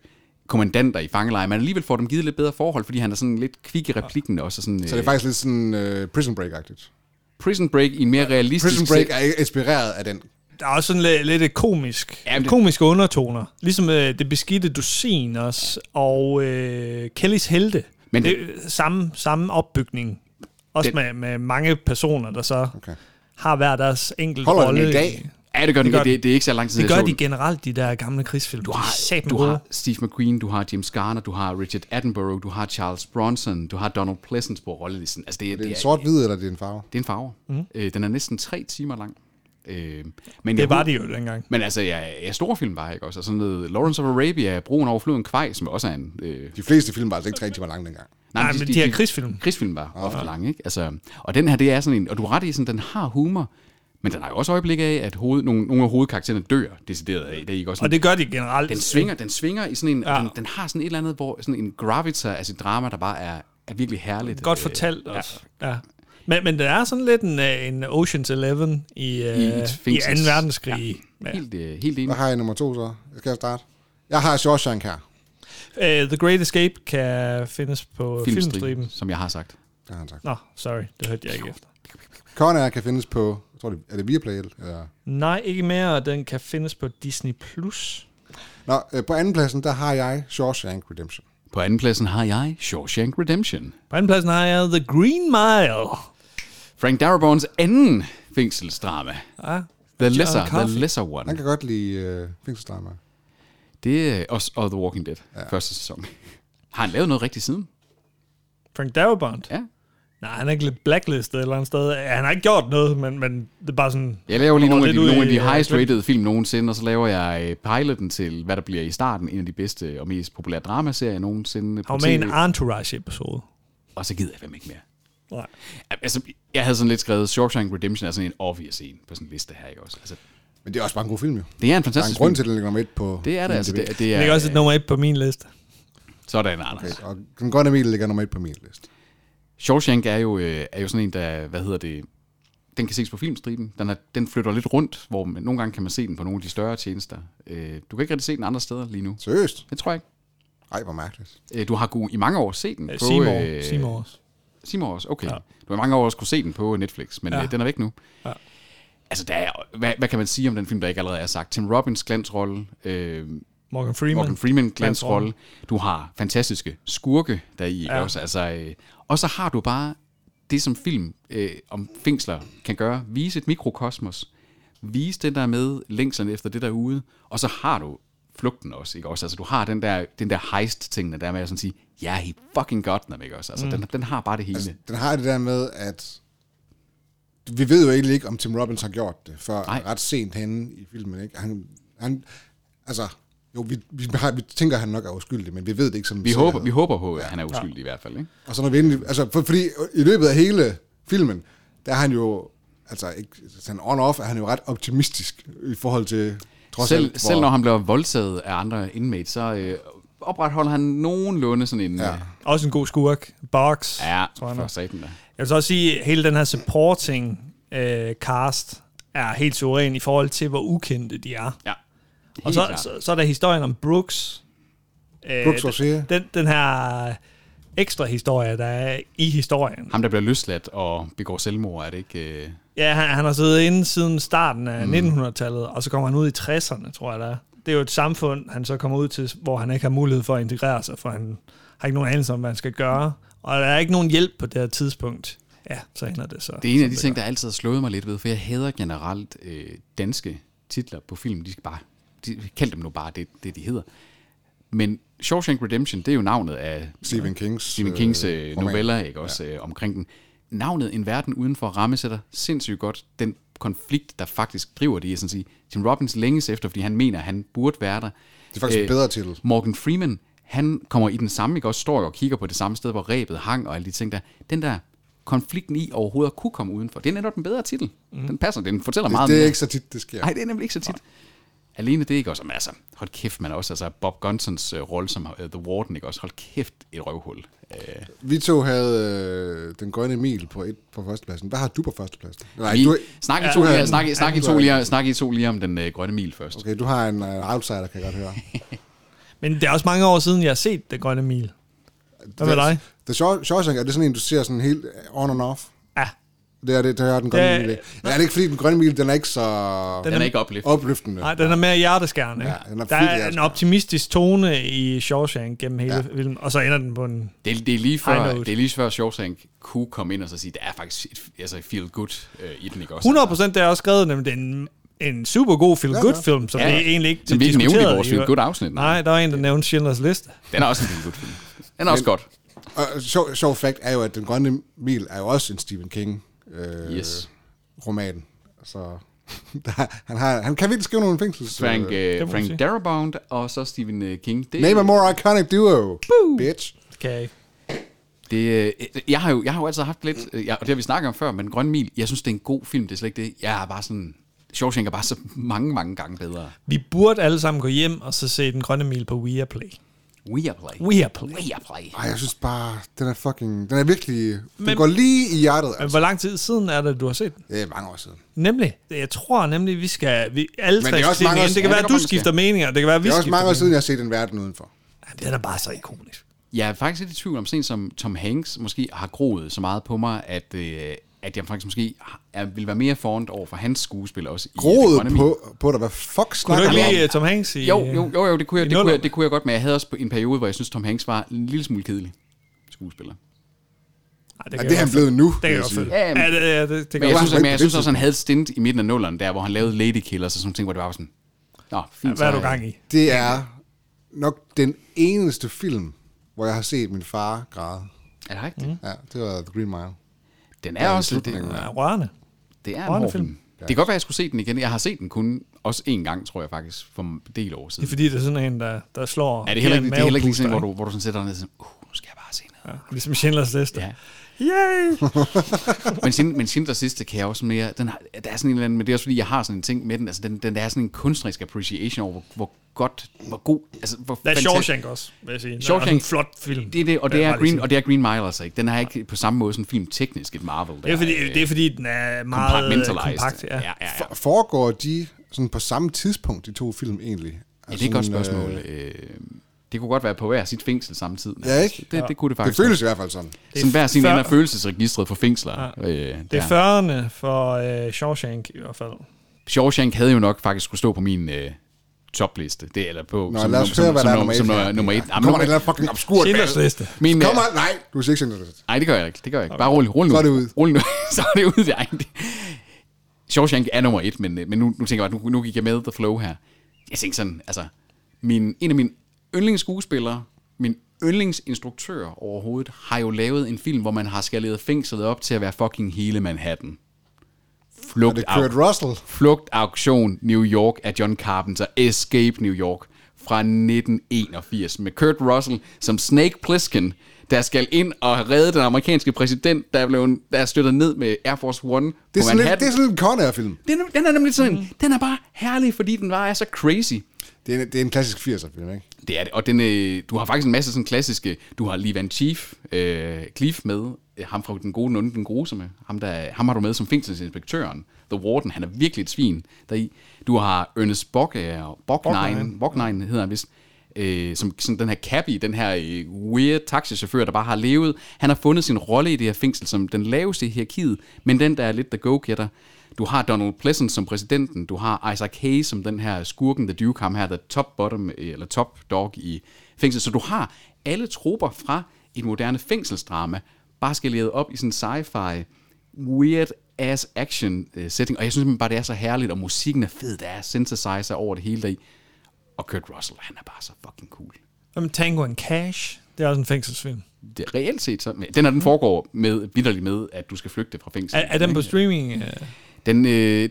kommandanter i fangelejre, men alligevel får dem givet lidt bedre forhold, fordi han er sådan lidt kvik i replikken også. og Sådan, øh, Så det er faktisk lidt sådan uh, Prison Break-agtigt. Prison Break i en mere realistisk... Prison Break er inspireret af den. der er også sådan lidt, lidt et komisk, Ja, men ja, det- komiske undertoner. Ligesom øh, det beskidte dusin også, og øh, Kellys helte. Men Men det, det er samme, samme opbygning. Også Den- det, med, med mange personer, der så Okay. okay. har hver deres enkelt Holder den rolle. i dag? Ja, det gør den. Det gør Det, det, det er ikke så lang tid, Det jeg gør så de den. generelt, de der gamle krigsfilm. Du de er har, satme du gode. har Steve McQueen, du har James Garner, du har Richard Attenborough, du har Charles Bronson, du har Donald Pleasence på rollelisten. Altså, det, er, Det er det, en er, sort-hvid, eller det er en farve? det er en farve. Mm. Øh, den er næsten tre timer lang. Øh, men jeg Mhm. Det var håber- de jo dengang. Men altså, ja, ja storfilm var ikke også. Og sådan noget Lawrence of Arabia, Broen over floden Kvej, som også er en... Øh, De fleste film var altså ikke tre timer lange dengang. Nej, men de her krigsfilm. Krigsfilm var ofte lang, ikke? Altså, og den her, det er sådan en... Og du har ret i, sådan, den har humor, men den har jo også øjeblik af, at hoved, nogle, nogle af hovedkaraktererne dør, decideret af. Det er ikke også sådan, Og det gør de generelt. den svinger, den svinger i sådan en... Ja. Ja. Den, den, har sådan et eller andet, hvor sådan en gravita af sit drama, der bare er, er virkelig herligt. Godt Øh, fortalt også. Ja. Ja. Men, men der er sådan lidt en, øh, en Ocean's Eleven i, øh, I i, et i fængsels- 2. verdenskrig. Ja. Ja. Helt, øh, helt enig. Hvad har jeg i nummer to så? Jeg skal starte. Jeg har Shawshank her. Uh, The Great Escape kan findes på Filmstriben, filmstriben. som jeg har sagt. Der har han sagt. Nå, sorry, det hørte jeg ikke efter. Conair kan findes på, jeg tror det, er det Viaplay? Eller? Nej, ikke mere, og den kan findes på Disney+. Plus. Nå, øh, på andenpladsen, der har jeg Shawshank Redemption. På andenpladsen har jeg Shawshank Redemption. På andenpladsen har jeg The Green Mile. Frank Darabones anden fængselsdrama. Ja. The Lesser, Coffey. The Lesser Han One. kan godt lide øh, fængselsdramaer. Det er også og The Walking Dead, ja. første sæson. Har han lavet noget rigtigt siden? Frank Darabont. Ja. Nej, han er ikke lidt blacklistet et eller andet sted. Ja, Han har ikke gjort noget, men, men det er bare sådan... Jeg laver lige Kommer nogle af, de, lidt ud nogle af i, de øh, highest rated film nogensinde, og så laver jeg øh, piloten til, hvad der bliver i starten, en af de bedste og mest populære dramaserier nogensinde Han på var med i TV. en Entourage-episode. Og så gider jeg fandme ikke mere. Nej. Altså, jeg havde sådan lidt skrevet, Shawshank Redemption er sådan en obvious en på sådan en liste her, ikke også? Altså, Men det er også bare en god film, jo. det er en Der er en fantastisk grund til, at film. den ligger nummer et på Det er det, altså. Det, det Ja, det er er også et nummer et på min liste. sådan, Anders. Og den grønne mil ligger nummer et på min liste. Shawshank er jo, øh, er jo sådan en, der, hvad hedder det, den kan ses på filmstriben. Den, er, den flytter lidt rundt, hvor man, nogle gange kan man se den på nogle af de større tjenester. Øh, du kan ikke rigtig se den andre steder lige nu. Seriøst? Det tror jeg Ej, hvor mærkeligt. ikke. Øh, du har kunne i mange år set den Øh, på... Seymour. øh, Seymour også. Seymour også, okay. Ja. Ja. Du har i mange år også kunne se den på Netflix, men ja. Ja. øh, den er væk nu. Ja. Ja. Altså, der er, hvad, hvad kan man sige om den film, der ikke allerede er sagt? Tim Robbins glansrolle, øh, Morgan Freeman. Morgan Freeman glansrolle. Glansrolle. Du har fantastiske skurke der i, ja. Ja. også? Altså, øh, og så har du bare det, som film øh, om fængsler kan gøre. Vise et mikrokosmos. Vise det der med længslen efter det derude. Og så har du flugten også, ikke også? Altså, du har den der, den der heist-ting, der med at sådan sige, ja, yeah, he fucking got them, ikke også? Altså, mm. den, den har bare det hele. Altså, Den har det der med, at vi ved jo egentlig ikke, om Tim Robbins har gjort det, før Nej. Nej. ret sent henne i filmen. Ikke? Han, han, altså, jo, vi, vi, har, vi tænker, at han nok er uskyldig, men vi ved det ikke som vi, sikkerhed. håber, vi håber på, at han er uskyldig i hvert fald, ikke? Og så når vi endelig, altså, for, fordi i løbet af hele filmen, der er han jo, altså ikke, sådan on-off, er han jo ret optimistisk i forhold til, trods Selv, alt, selv når han bliver voldtaget af andre inmates, så øh, opretholder han nogenlunde sådan en... Ja. Også en god skurk. Box. Ja, tror jeg for nok. satan da. Jeg vil så også sige, at hele den her supporting øh, cast er helt suveræn i forhold til, hvor ukendte de er. Ja. og Helt så, klart. så, så er der historien om Brooks. Øh, Brooks Rosier. Den, den her ekstra historie, der er i historien. Ham, der bliver løsladt og begår selvmord, er det ikke... Øh... Ja, han, han har siddet inde siden starten af mm. 1900-tallet, og så kommer han ud i 60'erne, tror jeg det er. Det er jo et samfund, han så kommer ud til, hvor han ikke har mulighed for at integrere sig, for han har ikke nogen anelse om, hvad han skal gøre. Og der er ikke nogen hjælp på det her tidspunkt. Ja, så ender det så. Det er en af de ting, der altid har slået mig lidt ved, for jeg hader generelt øh, danske titler på film. De skal bare... De, kald dem nu bare det, det, de hedder. Men Shawshank Redemption, det er jo navnet af Stephen Kings, Stephen Kings øh, øh, roman. noveller, ikke også, ja. øh, omkring den. Navnet En Verden Udenfor rammesætter sindssygt godt den konflikt, der faktisk driver det, jeg sådan sige. Tim Robbins længes efter, fordi han mener, han burde være der. Øh, Det er faktisk en bedre titel. Morgan Freeman, han kommer i den samme, ikke også står og kigger på det samme sted, hvor rebet hang og alle de ting der. Den der konflikten i overhovedet at kunne komme udenfor, det er netop den bedre titel. Mm. Den passer, den fortæller det, meget det er mere. ikke så tit, det sker. Nej, det er nemlig ikke så tit. Alene det, ikke også? Men altså, hold kæft, man også. Altså, Bob Gunsons øh, rolle som øh, The Warden, ikke også? Hold kæft, et røvhul. Øh, Vi to havde øh, den grønne mil på, et, på førstepladsen. Hvad har du på førstepladsen? Nej, Vi, du, snak, I to, Ja. ja, snak, I- snak, I Ja, to du- lige, snak I to lige om den øh, grønne mil først. Okay. okay, du har en uh, outsider, kan jeg godt høre. Men det er også mange år siden, jeg har set Det Grønne Mil. Hvad med dig? The Shaw- Shawshank, er det sådan en, du ser sådan helt on and off? Ja, Det er, det, det er den grønne Ja, mil. ikke? Ja, det er ikke, fordi den grønne mil, den er ikke så Den er ikke oplift. opløftende. Nej, den er mere hjerteskærende. Ja, den er der er fuld en hjerteskærende. optimistisk tone i Shawshank gennem hele ja. filmen, og så ender den på en... Det, er- det, er lige High før, note. det er lige før Shawshank kunne komme ind og så sige, der er faktisk et, altså et feel good øh, i den, ikke også? 100 procent, det er også skrevet, nemlig det er en, en super god feel good film, som ja, Ja, det ja. er egentlig ikke Som vi ikke nævnte i diskuteret vores feel good afsnit. Nej, der er en, der nævnte Schindlers List. Den er også en feel good film. Den er også godt. Og sjov, sjov fact er jo, at den grønne mil er jo også en Stephen King øh, Yes. roman. Så der, han, har, han kan virkelig skrive nogle fængsels... Frank, må øh, man sige. Frank Darabont og så Stephen øh, King. Det, Name a more iconic duo, bitch. Det kan jeg ikke. Det, øh, jeg, har jo, jeg har jo altid haft lidt, øh, jeg, og det har vi snakket om før, men Grøn Mil, jeg synes, det er en god film, det er slet ikke det. Jeg er bare sådan, Shawshank er bare så mange, mange gange bedre. Vi burde alle sammen gå hjem og så se Den Grønne Mil på Viaplay. We are play. Viaplay. We are play. Ej, jeg synes bare, den er fucking... Den er virkelig... Den Men- går lige i hjertet. Men Altså. Øh, hvor lang tid siden er det, du har set den? Det er mange år siden. Nemlig. Jeg tror nemlig, vi skal... Vi alle Men tre det er skal også se den mange igen. år Det kan siden. Ja, være, det at kan du man skifter meninger. Det kan være, at vi Det er også skifter mange år meninger. siden, jeg har set en verden udenfor. Ja, Den er bare så ikonisk. Jeg er faktisk lidt i tvivl om sådan en som Tom Hanks måske har groet så meget på mig, at, øh, at jeg faktisk måske er, vil være mere fornt over for hans skuespil også. i, øh, Groet Den Grønne Mil. på, på dig. Hvad fuck Kunne du snakker du ikke om? lide øh, Tom Hanks i... Jo, jo, jo, jo det, kunne i jeg, det, kunne nullerne. jeg, det kunne jeg godt, men jeg havde også en periode, hvor jeg synes, Tom Hanks var en lille smule kedelig skuespiller. Ej, Ja, kan det jeg er han godt blevet nu, følge. øh, Det kan jeg godt følge. Ja, Ja, men- det, ja, det, det kan Men jeg jeg godt synes, men jeg på synes også, det han havde et stint i midten af nulleren, der hvor han lavede Lady Killers og sådan nogle ting, hvor det var sådan, Nå, fint, følge. Hvad er så, du øh, gang i? Det er nok den eneste film, hvor jeg har set min far græde. Er det rigtigt? Mm. Ja, det var The Green Mile. Den er også lidt, slutningen. det, Ja, rørende. det er en Rørende hård film. film. Det kan godt være, at jeg skulle se den igen. Jeg har set den kun også én gang, tror jeg faktisk, for en del år Det siden. er fordi, det er sådan en, der, der slår... Er det heller en ikke, det er heller ikke lige sådan, mavepuster, hvor du, hvor du sådan sætter dig ned og sådan, uh, nu skal jeg bare se noget. ikke? Ja, Ligesom Schindlers Liste. Ja. Yay! men, Schind- men Schindlers sidste kan jeg også mere, den har, der er sådan en eller anden, men det er også fordi, jeg har sådan en ting med den, altså den, den der er sådan en kunstnerisk appreciation over, hvor, hvor godt, hvor god, altså hvor Der er fantastisk- Shawshank også, vil jeg sige. Det er også Shawshank- en flot film. Det er det, og vil det, jeg er bare lige Green, sige. og det er Green Mile altså ikke. Den har ikke på samme måde sådan film teknisk et Marvel. øh, Det er, fordi, det er fordi, den er meget øh, compartmentalized. kompakt. Ja. ja, ja, ja. ja For, foregår de sådan på samme tidspunkt, de to film egentlig? Altså det er et godt spørgsmål. Øh, det kunne godt være på hver sit fængsel samtidig. Ja, ikke? Det, det kunne det Det faktisk. føles i hvert fald sådan. være. sådan hver sin før- ende af følelsesregistret for fængsler. Ja. Øh, Det der. er 40'erne for øh, Shawshank i hvert fald. Shawshank havde jo nok faktisk skulle stå på min øh, topliste. Det, eller på, Nå, lad os høre, hvad der er nummer et. som, her. nummer, nummer et. Ja, Ja, Kommer der en eller anden fucking obskur Schindlers Liste. min, øh, Kommer, nej, du er ikke Schindlers Liste. Nej, det gør jeg ikke. Det gør jeg ikke. Bare rolig, rolig nu. Så er det ud. Rolig nu. så er det ud. Ej, det. Shawshank er nummer et, men, øh, men nu, nu tænker jeg bare, nu, nu gik jeg med The Flow her. Jeg tænkte sådan, altså, min, en af mine yndlingsskuespillere, min yndlingsinstruktør overhovedet, har jo lavet en film, hvor man har skaleret fængslet op til at være fucking hele Manhattan. Er Flugt, det au- Kurt Russell? Flugt, auktion, New York af John Carpenter. Escape New York fra 1981 med Kurt Russell som Snake Plissken, der skal ind og redde den amerikanske præsident, der er, blevet, der er styrtet ned med Air Force One Det er på sådan, lidt, det Manhattan. er sådan en Conair-film. Den, er- den er nemlig sådan, mm. den er bare herlig, fordi den bare er så crazy. Det er, en, det er en klassisk 80'er-film, ikke? Det er det, og den, øh, du har faktisk en masse sådan klassiske, du har Lee Van Chief, øh, Cliff med, øh, ham fra Den Gode, Den Onde, Den Grusomme, ham, der, ham har du med som fængselsinspektøren, The Warden, han er virkelig et svin deri. Du har Ernest Bock, øh, Bocknine, Bocknine hedder han vist, øh, som sådan den her cabbie, den her øh, weird taxichauffør, der bare har levet. Han har fundet sin rolle i det her fængsel som den laveste i hierarkiet, men den, der er lidt the go-getter. Du har Donald Pleasant som præsidenten, du har Isaac Hayes som den her skurken, the Duke, ham her, der top bottom, øh, eller top dog i fængslet. Så du har alle troper fra et moderne fængselsdrama, bare skaleret op i sådan en sci-fi, weird ass action øh, setting, og jeg synes simpelthen bare, det er så herligt, og musikken er fed, der er synthesizer over det hele deri. Og Kurt Russell, han er bare så fucking cool. Hvem Tango and Cash? Det er også en fængselsfilm. Det er reelt set så. Den her, den foregår med, vidderligt med, at du skal flygte fra fængsel. Er, er den på Mm. streaming? Øh? Den, øh,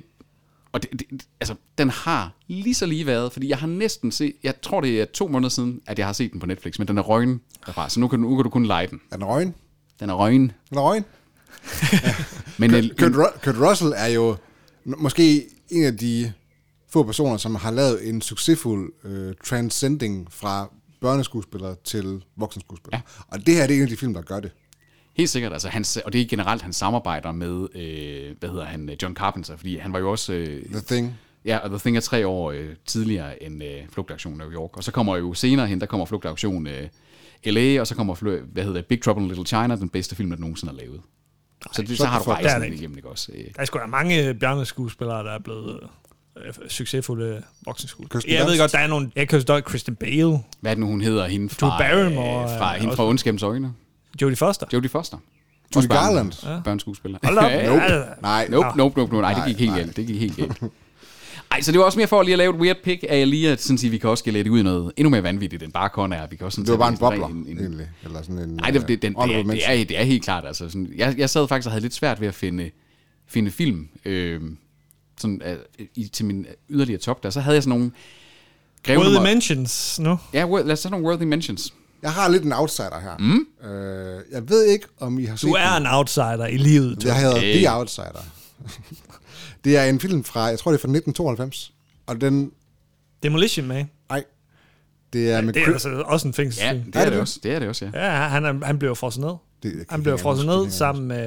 og det, det, altså, den har lige så lige været, fordi jeg har næsten set, jeg tror det er to måneder siden, at jeg har set den på Netflix, men den er røgen derfra, så nu kan, du- nu kan du kun lege den. Er den røgen? Den er røgen. Er den røgen? Mm. Men, øh, Kurt, Ru- Kurt Russell er jo n- måske en af de få personer, som har lavet en succesfuld øh, transcending fra børneskuespiller til voksenskuespiller. Ja. Og det her det er en af de film, der gør det. Helt sikkert, altså hans, og det er generelt, han samarbejder med, øh, hvad hedder han, øh, John Carpenter, fordi han var jo også... Øh, The Thing. Ja, og The Thing er tre år øh, tidligere end øh, Flugtaktion New York. Og så kommer jo senere hen, der kommer Flugtaktion øh, L.A., og så kommer, fly, hvad hedder det, Big Trouble in Little China, den bedste film, der nogensinde er lavet. så, det, så så har du forstår jeg det rejsen ikke. igennem, ikke også? Øh, Der er sgu da mange bjørneskuespillere, der er blevet øh, succesfulde voksenskuespillere. Kirsten Jeg ved Dunst. godt, der er nogle... Jeg kan jo Kristen Bale, Hvad er det nu, hun hedder? Hende fra, Barrymore øh, er fra, hende fra Ondskabens Øjne. Jodie Foster. Jodie Foster. Judy Garland. Ja. Børnskuespiller. Hold op. Ah. Ja, Nope. Nej, Nope, nope, nope, nope. Nej, det gik helt galt. Det gik helt galt. Ej, så det var også mere for lige at lave et weird pick, af lige at sådan sige, vi kan også skælde det ud i noget endnu mere vanvittigt, end bare Con er. Vi kan også sådan Det var bare en tage bobler, en- en- egentlig. Eller sådan en, Nej, det, det, den, øh, det, er, honorable det, er, det er helt klart. Altså, sådan, jeg, jeg sad faktisk og havde lidt svært ved at finde, finde film øh, sådan, øh, i, til min yderligere top der. Så havde jeg sådan nogle... Greve World nummer- Dimensions, nu. Ja, wor- lad os tage nogle worthy mentions. Jeg har lidt en outsider her. Mm? Øh, jeg ved ikke, om I har set Du er den. en outsider i livet, Tom. Jeg hedder Hey. The Outsider. det er en film fra, jeg tror det er fra 1992. Og den, Demolition Man. nej, det er med Det er Chris- altså også en Ja, fængselsfilm. det er, det det det? også. Det er det også, ja. Ja, han, er, han bliver frosset ned. Det- jeg kan Han bliver ikke frosset huske ned det her. sammen med...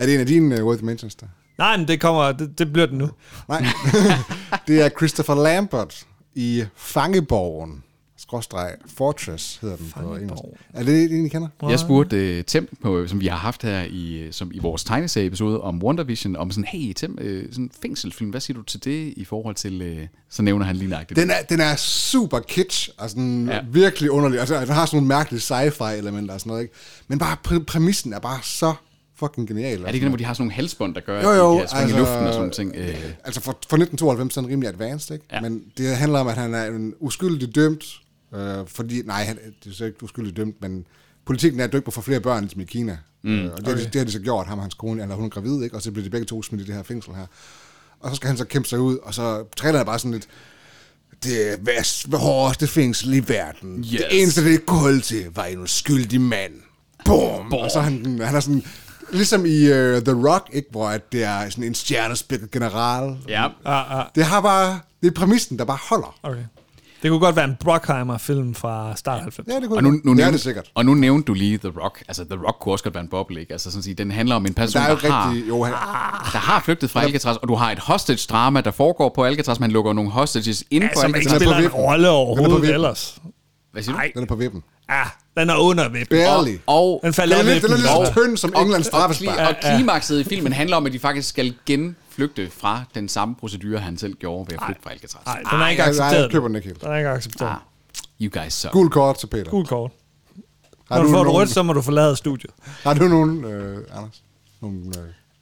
Er det en af dine uh, Worth Mentions der? Nej, men det kommer... Det, det bliver den nu. Nej. det er Christopher Lambert i Fangeborgen. Skråstreg Fortress hedder den på engelsk. Er det en, I kender? Jeg spurgte uh, Tim, på, som vi har haft her i, øh, som i vores tegneserie-episode om WandaVision, om sådan, hey Tim, uh, sådan en fængselsfilm, hvad siger du til det i forhold til... Uh, så nævner han lige nøjagtigt. Den er, den er super kitsch, og sådan Ja. ja. virkelig underlig. Altså, den har sådan nogle mærkelige sci-fi-elementer og sådan noget, ikke? Men bare præ- præmissen er bare så fucking genial. er det ikke den, hvor de har sådan nogle halsbånd, der gør, Jo, at jo, de kan springe altså, i luften og sådan nogle ting? Øh, Altså for, for 1992 er den rimelig advanced, ikke? Ja. Ja. Men det handler om, at han er en uskyldig dømt, øh, fordi, nej, han, det er så ikke uskyldig dømt, men politikken er, at du ikke må få flere børn, ligesom i Kina. Mm, øh, og det, okay. det, det har de så gjort, ham og hans kone, eller hun er gravid, ikke? Og så bliver de begge to smidt i det her fængsel her. Og så skal han så kæmpe sig ud, og så træner er bare sådan lidt, det er værst- hårdeste fængsel i verden. Yes. Det Yes. eneste, det kunne til, var en uskyldig mand. Boom! Og så er han, han er sådan, ligesom i uh, The Rock, ikke, hvor at det er sådan en stjernespækket general. ja. Ah, ah, Det har bare, det er præmissen, der bare holder. okay. Det kunne godt være en Brockheimer-film fra start 90. Ja, det, kunne Og nu, nu, det er nævnte, det sikkert. og nu nævnte du lige The Rock. Altså, The Rock kunne også godt være en boble, ikke? Altså, sådan at sige, den handler om en person, Der er der, jo har, Ah. rigtig, jo, han, der har flygtet fra Alcatraz, og du har et hostage-drama, der foregår på Alcatraz. Man lukker nogle hostages ind Ja, på som ikke Alcatraz. er spiller på en vippen. rolle Den er på overhovedet vippen. ellers. Hvad siger du? Nej. den er på vippen. Ah, den er under vippen. Barely. Og, Den Den falder er af lidt, den vippen. er lidt dog. så tynd som Englands og, straffespark. og klimakset i filmen handler om, at de faktisk skal genflygte fra den samme procedure, han selv gjorde ved at flygte fra Alcatraz. Nej, den er ikke Ej, nej, accepteret. jeg køber den ikke helt. Den er ikke accepteret. Ah, you guys suck. Gul kort til Peter. Gul kort. Har, Når du du får et nogen, rødt, så må du forlade studiet. har du nogen, øh, Anders? Nogen,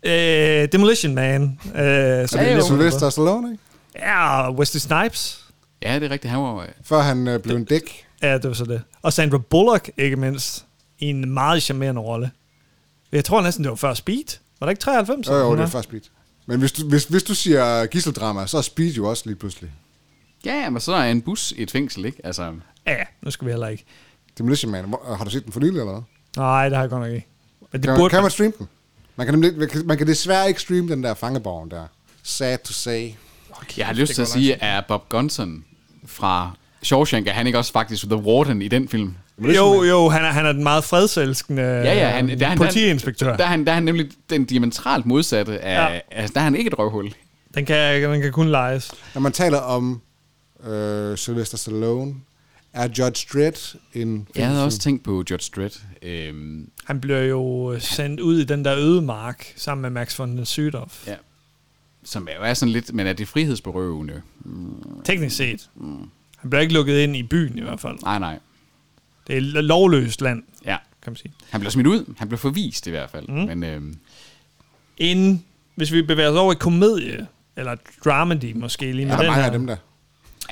øh, Øh, Demolition Man. Øh, som Ja, jeg jo. lige var inde på. Sylvester Stallone, ikke? Ja, og Wesley Snipes. Ja, det er rigtigt. Han var, Før han øh, blev en dæk. Ja, det var så det. Og Sandra Bullock, ikke mindst, i en meget charmerende rolle. Jeg tror næsten, det var før Speed. Var det ikke 93? Jo, jo, det er før. først Speed. Men hvis du, hvis, hvis du siger gisseldrama, så er Speed jo også lige pludselig. ja, men så er en bus et fængsel, ikke? Altså, Ja, nu skal vi heller ikke. Demolition Man, hvor, har du set den for nylig eller hvad? Nej, det har jeg godt nok ikke. Men det Kan, burde man, kan man streame den? Man kan, nemlig, ikke- man kan- man kan desværre ikke streame den der fangeborgen der. Sad to say. jeg har lyst til at sige, at Bob Gunson fra Shawshank, er han ikke også faktisk The Warden i den film? Jo, jo, han er, han er den meget fredselskende øh, Ja, ja, han, der, er han, politiinspektør. Der, er han, der er han nemlig den diametralt modsatte af... Ja. Ja. Altså, der er han ikke et røvhul. Den, kan, den kan kun lejes. Når man taler om øh, Sylvester Stallone, er Judge Dredd en... Jeg havde også tænkt på George Dredd. Øhm, Han bliver jo øh, sendt ud i den der øde mark, sammen med Max von Sydow. ja. Som jo er sådan lidt... Men er det frihedsberøvende? Teknisk set. Han bliver ikke lukket ind i byen i hvert fald. Mm. Nej, nej. Det er lo- lovløst land, Ja. kan man sige. Han blev smidt ud. Han blev forvist i hvert fald. Mhm. Mm. Men øhm, Inden, hvis vi bevæger os over i komedie, eller dramedy måske lige med Der er den mange her. af dem der.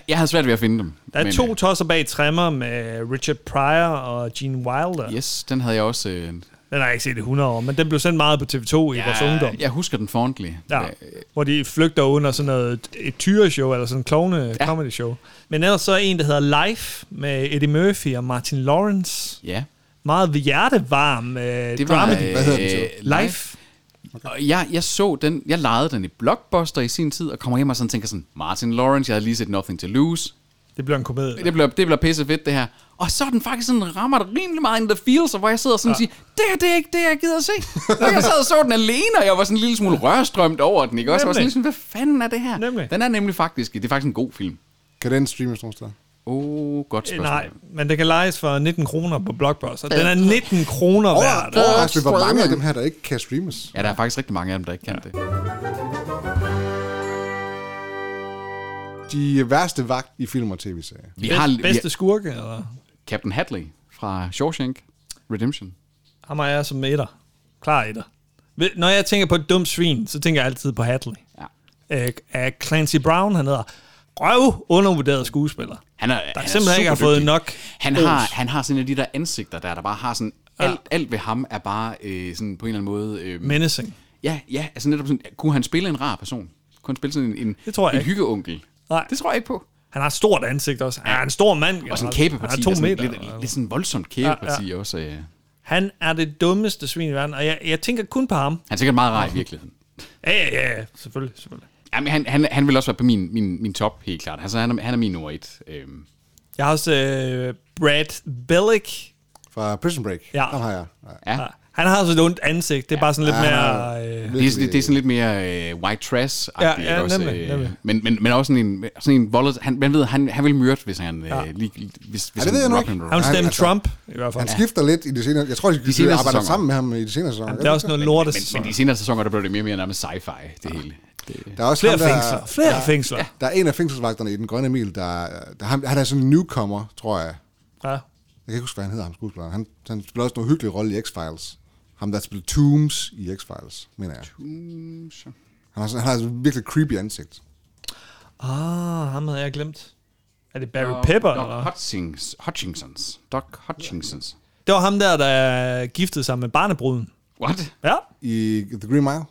jeg havde svært ved at finde dem. Der er men, øh, to tosser bag træmmer med Richard Pryor og Gene Wilder. Øh, yes, den havde jeg også... Øh, Den har jeg ikke set i 100 år, men den blev sendt meget på TV2 i vores ungdom. jeg husker den Øh, forhåndelig. Ja, hvor de flygter under sådan noget, et tyreshow, eller sådan en klovne Ja. comedy show. Men ellers så er en, der hedder Life, med Eddie Murphy og Martin Lawrence. Ja. Meget hjertevarm øh, Det var, dramedy. Hvad hedder den så? Life. Life. Og jeg, jeg så den, jeg lejede den i Blockbuster i sin tid, og kommer hjem og sådan tænker sådan, Martin Lawrence, jeg havde lige set Nothing to Lose. Det bliver en komedie. Det bliver, det bliver pisse fedt, det her. Og så er den faktisk sådan, rammer det rimelig meget in the feels, og hvor jeg sidder sådan og siger, det her, det er ikke det, jeg gider at se. og jeg sad og så den alene, og jeg var sådan en lille smule rørstrømt over den, ikke også? Jeg var sådan Nemlig. lidt sådan, hvad fanden er det her? Nemlig. Den er nemlig faktisk, det er faktisk en god film. Kan den streames nogen steder? Åh, Oh, godt spørgsmål. Eh, Nej, men det kan lejes for 19 kroner på Blockbuster. Den er 19 kroner værd. Overraskende, hvor mange af dem her, der ikke kan streames. Ja, der er faktisk rigtig mange af dem, der ikke kan ja. det. De værste vagt i film og tv-serier. Vi Bed- har, vi bedste har skurke, eller? Captain Hadley fra Shawshank Redemption. Ham er jeg som etter. Klar etter. Ved- Når jeg tænker på et dumt svin, så tænker jeg altid på Hatley. Ja. Øh, er Clancy Brown, han hedder røv undervurderet skuespiller. Han er, der han er simpelthen ikke har superdygtig. fået nok Han ros. har, han har sådan en af de der ansigter der, der bare har sådan... Alt, alt ved ham er bare øh, sådan på en eller anden måde... Øh, Menacing. Ja, ja, altså netop sådan, kunne han spille en rar person? Kunne han spille sådan en, en, Det tror jeg en ikke. hyggeonkel? Nej. Det tror jeg ikke på. Han har et stort ansigt også. Han er en stor mand. Og sådan en generelt. kæbeparti. Han er to sådan meter. Lidt, lidt, lidt sådan voldsomt kæbeparti ja, ja. også. Øh. Han er det dummeste svin i verden, og jeg, jeg tænker kun på ham. Han er sikkert meget rar i virkeligheden. Ja, ja, ja, ja. Selvfølgelig, selvfølgelig. Jamen, han, han, han vil også være på min, min, min top, helt klart. Altså, han er, han er min nummer et. Øhm, Jeg har også øh, Brad Bellick. Fra Prison Break. Ja. Dem har jeg. Nej. ja. Ja. Ah, Han har også et ondt ansigt. Det er bare sådan lidt mere... Øh, Det er, sådan- det er sådan lidt mere øh, white trash Ja, ja, ja, også, øh, nemlig, nemlig. Men, men, men også sådan en, sådan en voldet, han, man ved, han, han vil myrde, hvis han ja. øh, lige, lige- hvis, hvis det ved han jeg nu rock ikke. and roll. han Nej, stemmer altså, altså, Trump, i hvert fald. Han skifter lidt i de senere... Jeg tror, de, de senere senere arbejder sæsoner. sammen med ham i de senere sæsoner. Der er også noget lortes. Men, men de senere sæsoner, der blev det mere og mere nærmest sci-fi, det hele. Det, Der er også Flere ham, der, fængsler. Flere ja. fængsler. Der er en af fængselsvagterne i Den Grønne Mil, der, der han, han er sådan en newcomer, tror jeg. Ja. Jeg kan ikke huske, hvad han hedder, ham skuespilleren. Han, han spiller også nogle hyggelige rolle i X-Files. Ham, der spiller Tooms i X-Files, mener jeg. Mm, Han har, sådan- han har et virkelig creepy ansigt. Ah, ham havde jeg glemt. Er det Barry Pepper? Doc Eller? Hutchings, Hutchinsons. Doc Hutchinsons. Det var ham der, der giftede sig med barnebruden. What? Ja. I The Green Mile.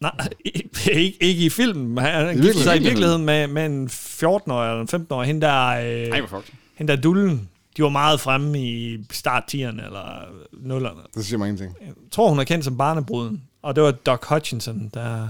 Nej, ikke, ikke i filmen. Han han giftede virkeligheden. sig i virkeligheden med, med en 14-årig eller en 15-årig. Hende der, Ej, øh, hvor fucked. hende der dullen. De var meget fremme i start-tierne eller nullerne. Det siger mig ingenting. Jeg tror, hun er kendt som barnebruden. Og det var Doc Hutchinson, der...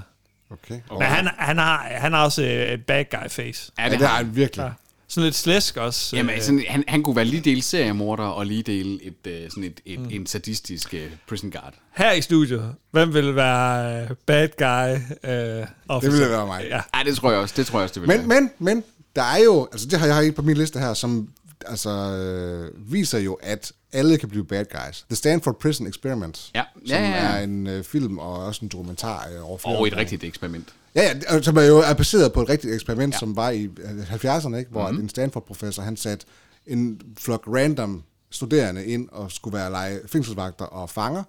Okay. Men han, han, har, han har også øh, et bad guy face. Ja, Ja, det det har er han. han virkelig. Sådan lidt slæsk også. Jamen, altså- øh, sådan, han, han kunne være lige dele seriemorder og lige dele et, øh, sådan et, et, mm. en sadistisk øh, prison guard. Her i studiet, hvem vil være øh, bad guy? Øh, Det officer? ville være mig. Ja. Ja, det tror jeg også. Det tror jeg også, det vil Men, men, men, der er jo, altså det har jeg ikke på min liste her, som altså, øh, viser jo, at alle kan blive bad guys. The Stanford Prison Experiment, Ja. som Ja, ja, ja. er en øh, film og også en dokumentar øh, over flere Og et år. rigtigt eksperiment. Ja, ja, det- og som er jo er baseret på et rigtigt eksperiment, ja. som var i øh, 70'erne, ikke? hvor mm-hmm. Mhm. en Stanford-professor, han satte en flok random studerende ind og skulle være lege fængselsvagter og fanger.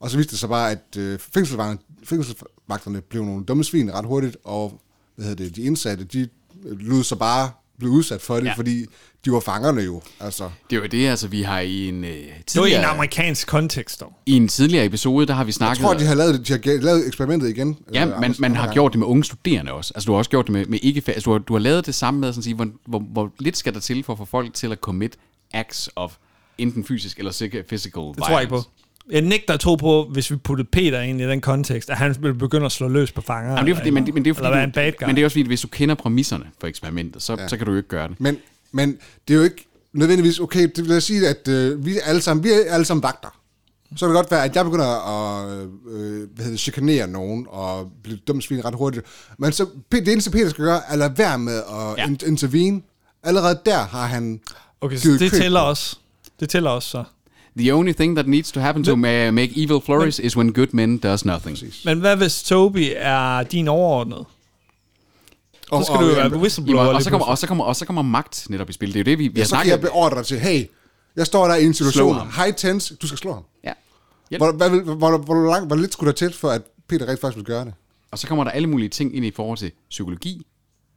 Og så viste det sig bare, at øh, fængselsvagterne, fængselsvagterne blev nogle dumme svin ret hurtigt, og hvad hedder det, de indsatte, de øh, lød så bare blive udsat for det, Ja. ja. fordi de var fangerne jo. Altså, Det er jo det, altså, vi har i en, øh, Det var i en tidligere, amerikansk kontekst, dog. i en tidligere episode, der har vi jeg snakket... tror, de har lavet, det, de har ge- lavet eksperimentet igen. Ja, øh, man, Anders, man nogle har gange. gjort det med unge studerende også. Altså, du har også gjort det med, med ikke... Altså, du har, du har lavet det samme med, sådan at sige, hvor, hvor, hvor lidt skal der til for at få folk til at commit acts of enten fysisk eller psyk- physical Det tror jeg ikke på. Jeg nægter at tro på, hvis vi puttede Peter ind i den kontekst, at han ville begynde at slå løs på fanger. Jamen, det er fordi, men, det- men det er fordi, eller være du- en bad guy. men det er også fordi, hvis du kender præmisserne for eksperimentet, så, ja. så kan du jo ikke gøre det. Men, men det er jo ikke nødvendigvis, okay, det vil jeg sige, at øh, vi, er alle sammen, vi er alle sammen vagter. Så kan det godt være, at jeg begynder at øh, hvad hedder det, chikanere nogen og blive dumt svin ret hurtigt. Men så, Pe- det eneste Peter skal gøre, er at lade være med at Ja. ja. intervene. Allerede der har han okay, så givet det køb tæller på. også. Det tæller også, så. The only thing that needs to happen to ma- make evil flourish is when good men does nothing. Men hvad hvis Toby er din overordnede? Så Og- skal du jo og- være I må, whistleblower. og, lige så kommer, pludselig. og, så kommer, og så kommer magt netop i spil. Det er jo det, vi, vi Ja, har så kan jeg snakket beordre dig til, hey, jeg står der i en situation, ham. high tense, du skal slå ham. Ja. Hjælp. Hvor, hvad, vil- hvor, hvor, hvor, langt, hvor lidt skulle der til, for at Peter rent faktisk vil gøre det? Og så kommer der alle mulige ting ind i forhold til psykologi,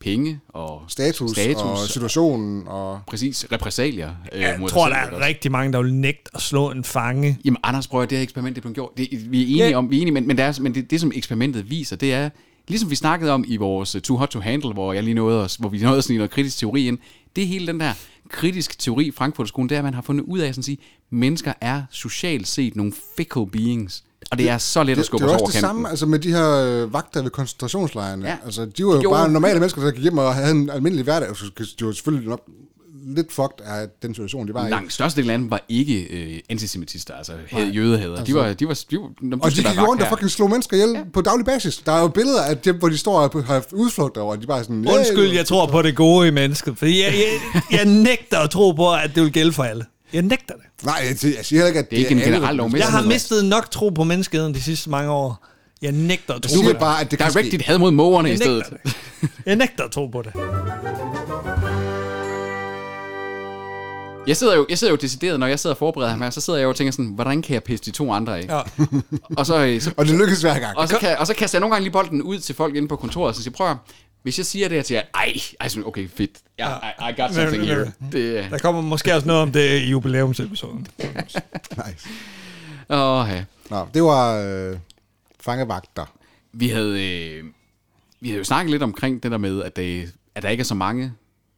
penge og Status, Status og situationen og... præcis repressalier. Øh, Jeg mod tror, dig der selv, ikke er også? rigtig mange, der vil nægte at slå en fange. Jamen Anders, prøv at høre, det her eksperiment det blev gjort. Det, vi er enige Ja. yeah. om, vi er enige, men, men, der er, men det, det, som eksperimentet viser, det er, ligesom vi snakkede om i vores øh, Too Hot to Handle, hvor, jeg lige nåede os, hvor vi nåede sådan i noget kritisk teori ind, det er hele den der kritisk teori i Frankfurtskolen, det er, at man har fundet ud af, sådan at sige, mennesker er socialt set nogle fickle beings. Og det er så let Det, at det skubbe er os også over det kanten. samme altså med de her øh, vagter ved koncentrationslejrene. Ja. Ja. Altså, de var jo gjorde- bare normale mennesker, der gik hjem og havde en almindelig hverdag. Så de var selvfølgelig nok lidt fucked af den situation, det var i. Langt størstedelen af dem var ikke øh, antisemitister, altså havde, jødehader. Altså. De var... De var, de var de, Og de gik jo rundt og fucking slog mennesker ihjel ja. på daglig basis. Der er jo billeder af dem, hvor de står og har haft udflugter, og de bare er sådan... "Yeah." Undskyld, jeg tror på det gode i mennesket, fordi jeg, jeg, jeg nægter at tro på, at det vil gælde for alle. Jeg nægter det. Nej, jeg, jeg siger heller ikke, at det, Det er ikke en alle, der- generel lov. Jeg har mistet nok tro på menneskeheden de sidste mange år. Jeg nægter at Jeg tro på siger det. bare, at det Der kan er ske. rigtigt had mod mågerne i Jeg stedet. nægter det. Jeg nægter at tro på det. Jeg sidder, jo, jeg sidder jo decideret, når jeg sidder og forbereder ham her, så sidder jeg jo og tænker sådan, hvordan kan jeg pisse de to andre af? Ja. Og så, øh, så Og det lykkes hver gang. Og så, kan, og så kaster jeg nogle gange lige bolden ud til folk inde på kontoret, og så siger, prøv at, høre, hvis jeg siger det her til jer, ej, ej, sådan, okay, fedt, ja, I, I got something Ja. here. Det, øh, Der kommer måske også noget om det i jubilæumsepisoden. Nice. åh, ja. Nå, det var øh, fangevagter. Vi havde, øh, vi havde jo snakket lidt omkring det der med, at, det, at der ikke er så mange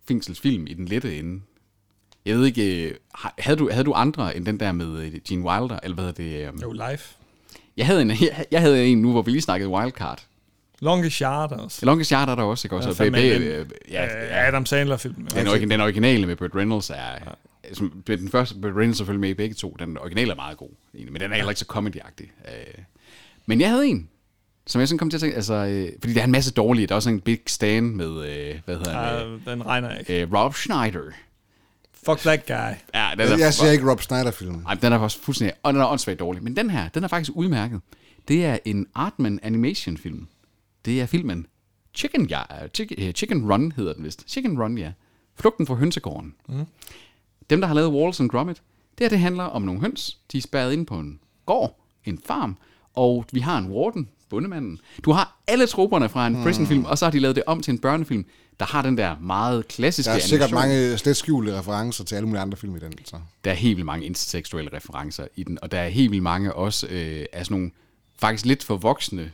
fængselsfilm i den lette ende. Jeg ved ikke, øh, har- havde du, havde du andre end den der med øh, Gene Wilder, eller hvad hedder det? øh? Jo, live. Jeg havde, en, jeg, jeg havde en nu, hvor vi lige snakkede Wildcard. Longe Charters. Longest Yard er der også, ikke også? Ja, Og fandme bag- en- øh, ja, Ja, Adam Sandler-filmen. Den, origi- den originale med Burt Reynolds er... Ja. Som, den første, Burt Reynolds er selvfølgelig med i begge to. Den originale er meget god, egentlig, men den er heller ikke så comedy øh. Men jeg havde en, som jeg sådan kom til at tænke... Altså, øh, fordi der er en masse dårlige. Der er også sådan en Big Stan med... Øh, hvad hedder han? Ja, den regner jeg ikke. Øh, øh, Rob Schneider. Fuck that guy. Ja, den er, Jeg, jeg ser ikke Rob Snyder-filmen. Altså, Ej, den er faktisk fuldstændig... Og den er åndssvagt dårlig. Men den her, den er faktisk udmærket. Det er en Artman Animation-film. Det er filmen Chicken, ja, Chicken, øh, Chicken Run, hedder den vist. Chicken Run, ja. Flugten fra hønsegården. Mm. Dem, der har lavet Wallace and Gromit, det her, det handler om nogle høns. De er spærret inde på en gård, en farm, og vi har en warden, bundemanden. Du har alle trupperne fra Mm. en prison-film, og så har de lavet det om til en børnefilm, der har den der meget klassiske Der er sikkert animation. mange slet skjulte referencer til alle mulige andre film i den. Så. Der er helt vildt mange interseksuelle referencer i den, og der er helt vildt mange også øh, af sådan nogle faktisk lidt for voksne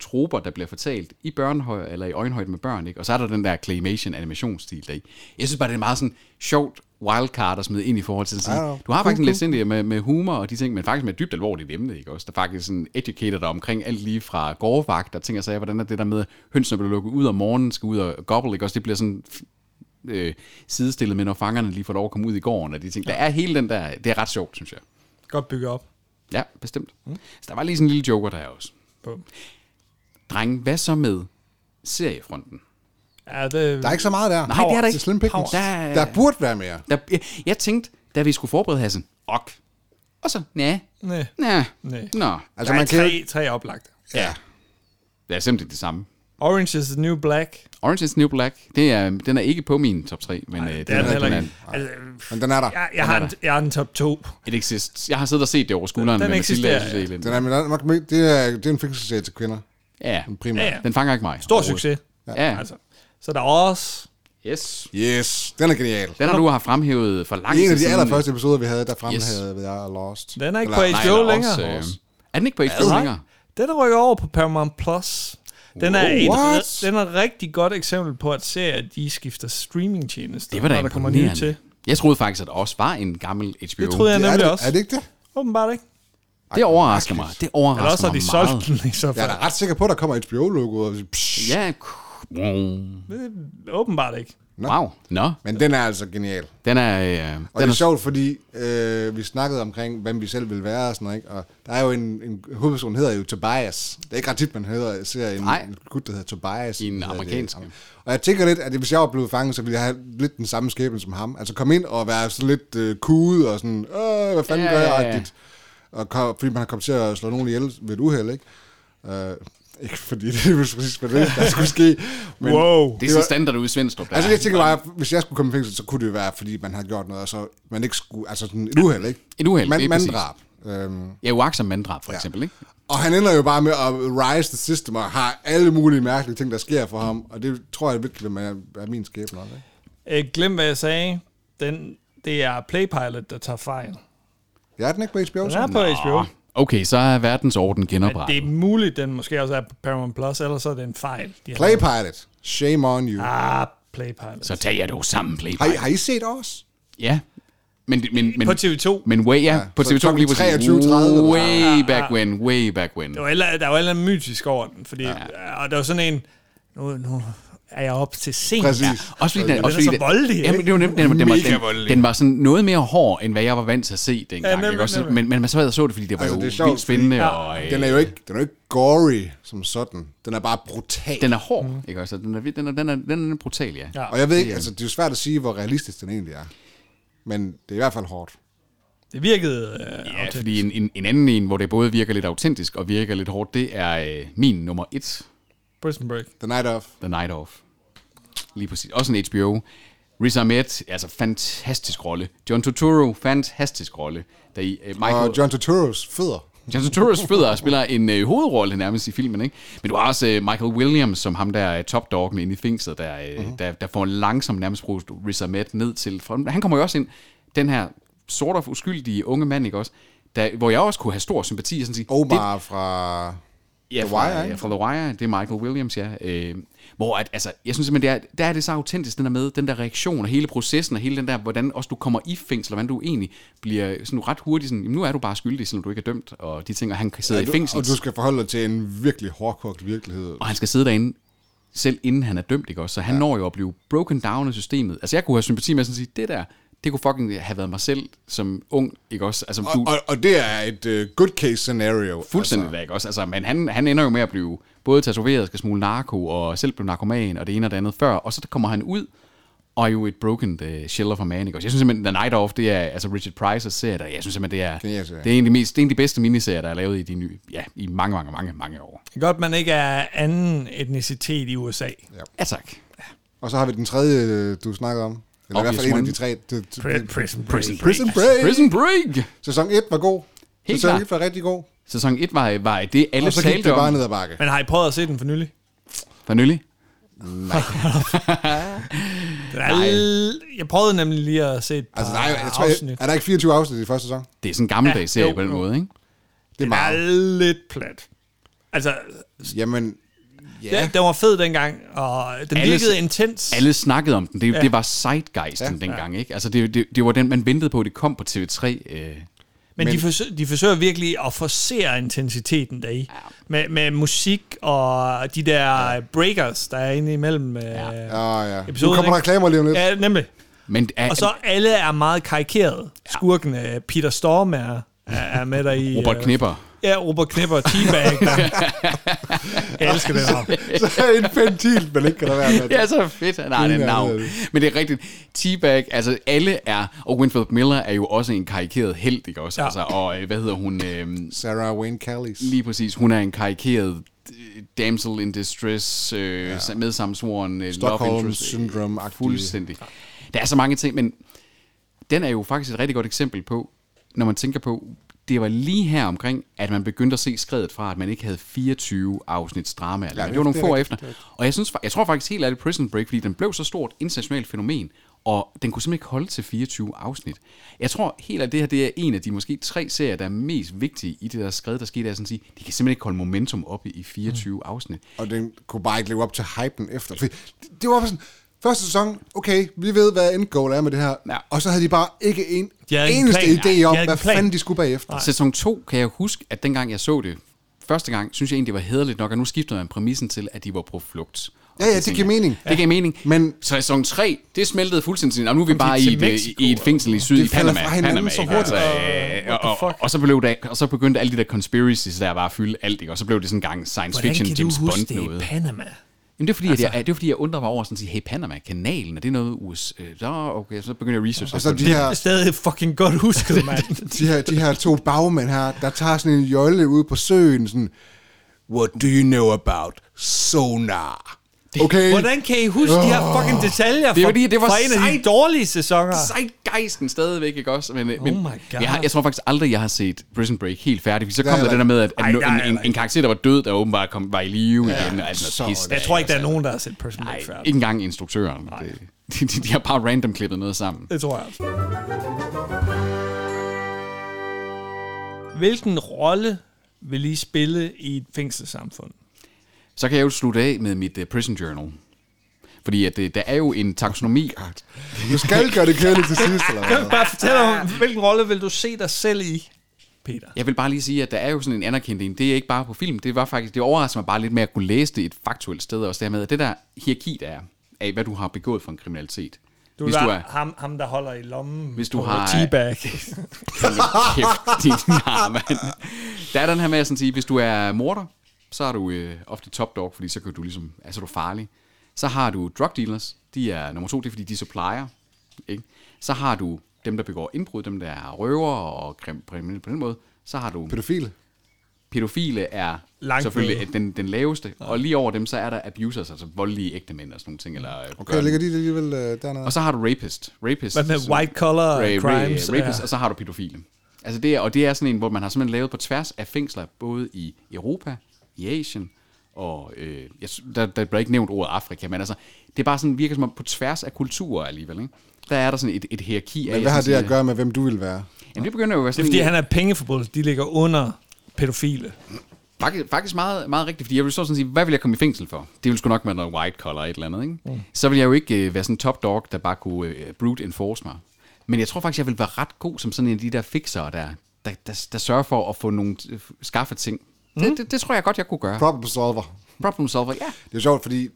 troper, der bliver fortalt i børnehøj eller i øjenhøjde med børn, ikke? Og så er der den der claymation animationsstil der i. Jeg synes bare, det er meget sådan sjovt wildcard at smide ind i forhold til Ja, ja. sådan. Du har faktisk en lidt sindig med, med humor og de ting, men faktisk med et dybt alvorligt emne, ikke også? Der faktisk sådan educator der omkring alt lige fra gårdvagt, der tænker sig, hvordan er det der med, at hønsene bliver lukket ud om morgenen, skal ud og gobble, ikke også? Det bliver sådan øh, sidestillet med, når fangerne lige får lov at komme ud i gården og de ting. Der er hele den der, det er ret sjovt, synes jeg. Godt bygget op. Ja, bestemt. Mm. Så der var lige sådan en lille joker der også. Bum. Drenge, hvad så med seriefronten? Ja, det, Der er ikke så meget der. Nej, det er der Til ikke. Slim Pickens. Der er- Der burde være mere. Der, jeg, jeg tænkte, da vi skulle forberede Hassan, ok. Og så, næh, Næ. næh, Næh. nå. Altså, Altså, der man er kan, jo- tre, tre oplagte. Ja. Det er simpelthen det samme. Orange is the New Black. Orange is the New Black, det er, den er ikke på min top 3, men Nej, det det er den heller den ikke. er, Altså, men den er der. jeg, jeg, har en, jeg har en top 2. it exists. Jeg har siddet og set det over skulderen Den med Mathilde. eksisterer, jeg synes, det er lidt- Den er, men der er nok, mere- det, er, det er en fængselsserie til kvinder, Ja, primært. Ja, ja. den fanger ikke mig. Stor overhovedet. succes. Ja, Altså. Så der er også... yes. Yes, den er genial. Den har du har fremhævet for lang I tid en af de siden. allerførste episoder, vi havde, der fremhævede yes. jeg er Lost. Den er ikke på Eller- HBO eller længere. også, øh, er den ikke på HBO længere? Den er rykket over på Paramount+. Plus. Den er, Wow, et, what? den er et rigtig godt eksempel på, at serier de skifter streamingtjenester, Det var da når der kommer nye til. imponerende. Jeg troede faktisk, at der også var en gammel HBO. Det troede jeg Det er, nemlig det, også. er det ikke det? Åbenbart ikke. Det overrasker mig. Det Eller også overrasker har de mig solgt den i så Jeg er da fald. ret sikker på, at der kommer HBO-logoet. og- Psh. meget. Ja. Det er Åbenbart ikke. Wow. Nå, Men den er altså genial. den er... Øh, Og den det er er sjovt, fordi øh, vi snakkede omkring, hvem vi selv ville være og sådan noget, ikke? Og der er jo en, en hovedperson, hedder jo Tobias. Det er ikke ret tit, man hedder, ser en, Nej. en gut, der hedder Tobias. I en hedder det. amerikansk. Og jeg tænker lidt, at hvis jeg var blevet fanget, så ville jeg have lidt den samme skæbne som ham. Altså komme ind og være sådan lidt øh, kude og sådan, øh, hvad fanden Ja, gør ja, ja. jeg? Agtigt. Og kom, fordi man har kommet til at slå nogen ihjel ved et uheld, ikke? Øh, ikke fordi det er præcis, hvad det er, der skulle ske. Men, Wow. det er sådan standard ude i Svendstrup. der Altså, er. jeg tænker bare, hvis jeg skulle komme i fængsel, så kunne det jo være, fordi man har gjort noget, og så man ikke skulle... Altså, sådan et uheld, ikke? Et uheld, Man, lige præcis. manddrab. Øhm, Ja, uagtsom manddrab, for eksempel, ikke? og han ender jo bare med at rise the system, og har alle mulige mærkelige ting, der sker for ham, og det tror jeg virkelig, man er, er min skæbne også, ikke? Øh, glem, hvad jeg sagde. Den, det er Playpilot, der tager fejl. Jeg er den ikke på HBO, Den så? er på HBO. Okay, så er verdensorden Men det er genoprettet. muligt, den måske også er på Paramount+, Plus, ellers så er det en fejl. De har Play Pilot. Shame on you. lavet. Ah, Playpilot. Så tag jer dog sammen, Har, I, Playboy. har I set os? Ja. Men, men, men, På TV2. Men way, ja, på så TV2 lige præcis. 23.30 eller- Way back when, way back when. Der var, heller- der var heller mytisk over den, fordi, ja. og der var sådan en, nu, nu er jeg op til sent. Præcis. Ja. Ja. Også fordi Den den, også er så fordi den- voldelig, ikke? Jamen, det var nemlig, den, den, den, Mega var, den, voldelig. den, var sådan noget mere hård, end hvad jeg var vant til at se dengang. Ja, nemlig, nemlig, også, nemlig. men, men man sad og så det, fordi det var Altså, altså, jo det er det sjovt, vildt spændende. fordi- Og, øh, Den er jo ikke, den er jo ikke gory som sådan. Den er bare brutal. den er hård, mm. ikke også? Den er, vir- den er, den er, den er brutal, ja. Ja. Og jeg ved ikke, altså det er jo svært at sige, hvor realistisk den egentlig er. Men det er i hvert fald hårdt. Det virkede... Øh, Ja, fordi en, en, en anden en, hvor det både virker lidt autentisk og virker lidt hårdt, det er øh, min nummer et, Prison Break. The Night Of. The Night Of. Lige præcis. Også en HBO. Riz Ahmed, altså fantastisk rolle. John Turturro, fantastisk rolle. Der i, øh, Michael, Og John Turturro's fødder. John Turturro fødder spiller en øh, hovedrolle nærmest i filmen, ikke? Men du har også øh, Michael Williams, som ham der øh, topdoggen inde i fængslet, der, øh, mm-hmm. der, der får langsomt nærmest brugt Riz Ahmed ned til. For han kommer jo også ind, den her sort of uskyldige unge mand, ikke også? Der, hvor jeg også kunne have stor sympati og sådan sige, Omar fra... Ja, The fra, Wire, Wire, ikke? ja, fra The Wire, det er Michael Williams, ja. Øh, hvor at, altså, jeg synes simpelthen, det er, der er det så autentisk, den der med, den der reaktion og hele processen og hele den der, hvordan også du kommer i fængsel, og hvordan du egentlig bliver sådan ret hurtigt sådan, jamen, nu er du bare skyldig, selvom du ikke er dømt, og de ting, og han kan sidde Ja, ja, i du, fængsel, og du skal forholde dig til en virkelig hårdkogt virkelighed. og han skal sidde derinde, selv inden han er dømt, ikke også? Så han ja. når jo at blive broken down af systemet. Altså, jeg kunne have sympati med at sådan sige, det der, det kunne fucking have været mig selv som ung, ikke også? Altså, Og, og, og det er et uh, good case scenario. Fuldstændig altså. ikke også? Altså, men han, han ender jo med at blive både tatoveret, skal smule narko, og selv blev narkoman, og det ene og det andet før. Og så kommer han ud, og er jo et broken uh, shell of a man, ikke også? Jeg synes simpelthen, The Night Of, det er altså Richard Price's serie, der, jeg synes simpelthen, det er, Genial det serie. er en af de, mest, det er en af de bedste miniserier, der er lavet i, de nye, ja, i mange, mange, mange, mange år. Det er godt, man ikke er anden etnicitet i USA. Ja, tak. Og så har vi den tredje, øh, du snakkede om. Eller i hvert fald Obvious en af one. de tre. Det, det, Pri- Prison Break. Prison Prison Break. Prison Break! Sæson 1 var god. Helt Sæson klart. 1 var rigtig god. Sæson 1 var, var det, alle Og så gik talte det bare om. ned ad bakke. Men har I prøvet at se den for nylig? For nylig. Den er l- jeg prøvede nemlig lige at se et par Altså, nej, jeg tror, afsnit. jeg, er der ikke 24 afsnit i første sæson? Det er sådan en gammeldags Ja, serie jo, på den jo. måde, ikke? Det er Den er meget. lidt plat. Altså, Jamen, ja. den, den var fed dengang, og den Alle- virkede intens. Alle snakkede om den. Det, Ja. ja. det var zeitgeisten ja. dengang, ikke? Altså, det, det, det var den, man ventede på, det kom på TV3. Øh. Men, men de, Men- forsøger, de forsøger virkelig at forsere intensiteten deri. Ja. Med, med musik og de der ja. breakers, der er inde imellem øh, ja. ja, Ah, ja. Nu episoden, kommer der ikke? reklamer lige om lidt. ja, nemlig. Men er, Og så alle er meget karikerede. Skurkene, Peter Storm er, er er med der i... Robert øh, Knipper. Ja, Robert Knipper og T-Bag. jeg elsker det navn. Så er en ventil, men ikke kan der være med. Ja, så fedt. Nej, det er et navn. Men det er rigtigt. T-Bag, altså alle er... Og Winfield Miller er jo også en karikeret held, ikke også? Ja. Ja. Altså, og øh, hvad hedder hun? Øh, Sarah Wayne Callis. Lige præcis. Hun er en karikeret øh, damsel in distress, øh, ja. med samsvoren øh, love Stockholm interest. øh, syndrome Fuldstændig. Der er så mange ting, men den er jo faktisk et rigtig godt eksempel på, når man tænker på, det var lige her omkring, at man begyndte at se skredet fra, at man ikke havde 24 afsnits drama. Ja, det var nogle det er få rigtigt, efter. Og jeg, synes, fa- jeg tror faktisk helt ærligt, Prison Break, fordi den blev så stort internationalt fænomen, og den kunne simpelthen ikke holde til 24 afsnit. Jeg tror helt at det her det er en af de måske tre serier, der er mest vigtige i det der skred, der skete, er sådan at sige, de kan simpelthen ikke holde momentum oppe i Mm. 24 afsnit. Og den kunne bare ikke leve op til hypen efter. Fordi det- det var bare sådan, første sæson, okay, vi ved, hvad end goal er med det her. Ja. Og så havde de bare ikke en De havde ikke en eneste plan. idé De om, havde ikke en hvad plan. fanden de skulle bagefter. Sæson 2 kan jeg huske, at dengang jeg så det første gang, synes jeg egentlig, det var hederligt nok, og nu skifter man præmissen til, at de var på flugt. Og Ja, ja, det tænker giver jeg, mening. Det giver mening. Men- sæson 3, det smeltede fuldstændig. sådan, Og nu er vi bare til i et, øh, Mexico, i et fængsel i syd i falder Panama. fra hinanden Panama så ikke? hurtigt. øh, og, og, og, og, så blev det, og så begyndte alle de der conspiracies, der bare at fylde alt, ikke? og så blev det sådan en gang science Hvordan fiction kan James du Bond huske det i noget. Panama? Jamen, det er fordi, altså, at jeg, det er fordi, jeg undrer mig over sådan at sige, hey Panama, kanalen, er det noget US? Øh, Nå, okay, så begynder jeg at researche. Og så det. de her, Jeg er stadig fucking godt husket, mand. de her, de her to bagmænd her, der tager sådan en jolle ud på søen, sådan, What do you know about sonar? Okay, Hvordan kan I huske de her fucking detaljer fra, Det er fordi, det var fra en af de sejt. dårlige sæsoner? Zeitgeisten stadigvæk, ikke også? Men, oh Ah. my men God. jeg, har, jeg tror faktisk aldrig, jeg har set Prison Break helt færdig, fordi så kom heller der det der med, at, at Ej, no- der er en, en, heller en karakter, der var død, der åbenbart kom, var i live ja, igen. Og alt så noget pis. er det. Jeg tror ikke, der er nogen, der har set Prison Break Nej, færdig. ikke engang instruktøren. Det, de, de, de har bare random klippet noget sammen. Det tror jeg. Hvilken rolle vil I spille i et fængselssamfund? Så kan jeg jo slutte af med mit uh, Prison Journal. Fordi at, uh, der er jo en taksonomi. du skal gøre det kedeligt til sidst, eller Kan du hvad? ikke bare fortælle om, hvilken rolle vil du se dig selv i? Peter. Jeg vil bare lige sige, at der er jo sådan en anerkendelse. Det er ikke bare på film. Det var faktisk, det overrasker mig bare lidt med at kunne læse det et faktuelt sted. Også dermed, at det der hierarki, der er af, hvad du har begået for en kriminalitet. Du, hvis er, du er ham, ham, der holder i lommen Hvis du på har- teabag. Hold nu kæft, din nar, mand. Der er den her med at sådan sige, hvis du er morder, så er du øh, ofte top dog, fordi så kan du ligesom, altså du er farlig. Så har du drug dealers, de er nummer to, det er fordi de er supplier. Ikke? Så har du dem, der begår indbrud, dem, der er røver og krim, kriminelle på den måde. Så har du Pædofile. pædofile er Langt Langt selvfølgelig nede. den, den laveste. Og lige over dem, så er der abusers, altså voldelige ægtemænd og sådan nogle ting. Eller øh, Okay, børn. ligger de alligevel øh, dernede? Og så har du rapist. rapist Hvad med som- white collar Ra- ra- crimes? Rapist, Ja. og så har du pædofile. Altså det er, og det er sådan en, hvor man har simpelthen lavet på tværs af fængsler, både i Europa, i Asien, og øh, jeg, sy- der, der bliver ikke nævnt ordet Afrika, men altså, det er bare sådan, virker som om på tværs af kulturer alligevel, ikke? Der er der sådan et, et hierarki af... Men hvad har det sådan, at gøre med, hvem du vil være? Jamen, det begynder jo at være Det er sådan... fordi, han er pengeforbryder. De ligger under pædofile. Faktisk, faktisk meget, meget rigtigt, fordi jeg ville så sådan sige, hvad vil jeg komme i fængsel for? Det ville sgu nok være noget white collar et eller andet, ikke? Mm. Så ville jeg jo ikke øh, være sådan en top dog, der bare kunne øh, brute enforce mig. Men jeg tror faktisk, jeg ville være ret god som sådan en af de der fixere, der, der, der, der sørger for at få nogle øh, skaffe ting. Mm. Det, det, det, tror jeg godt, jeg kunne gøre. Problem solver. Problem solver, ja. Det er sjovt, fordi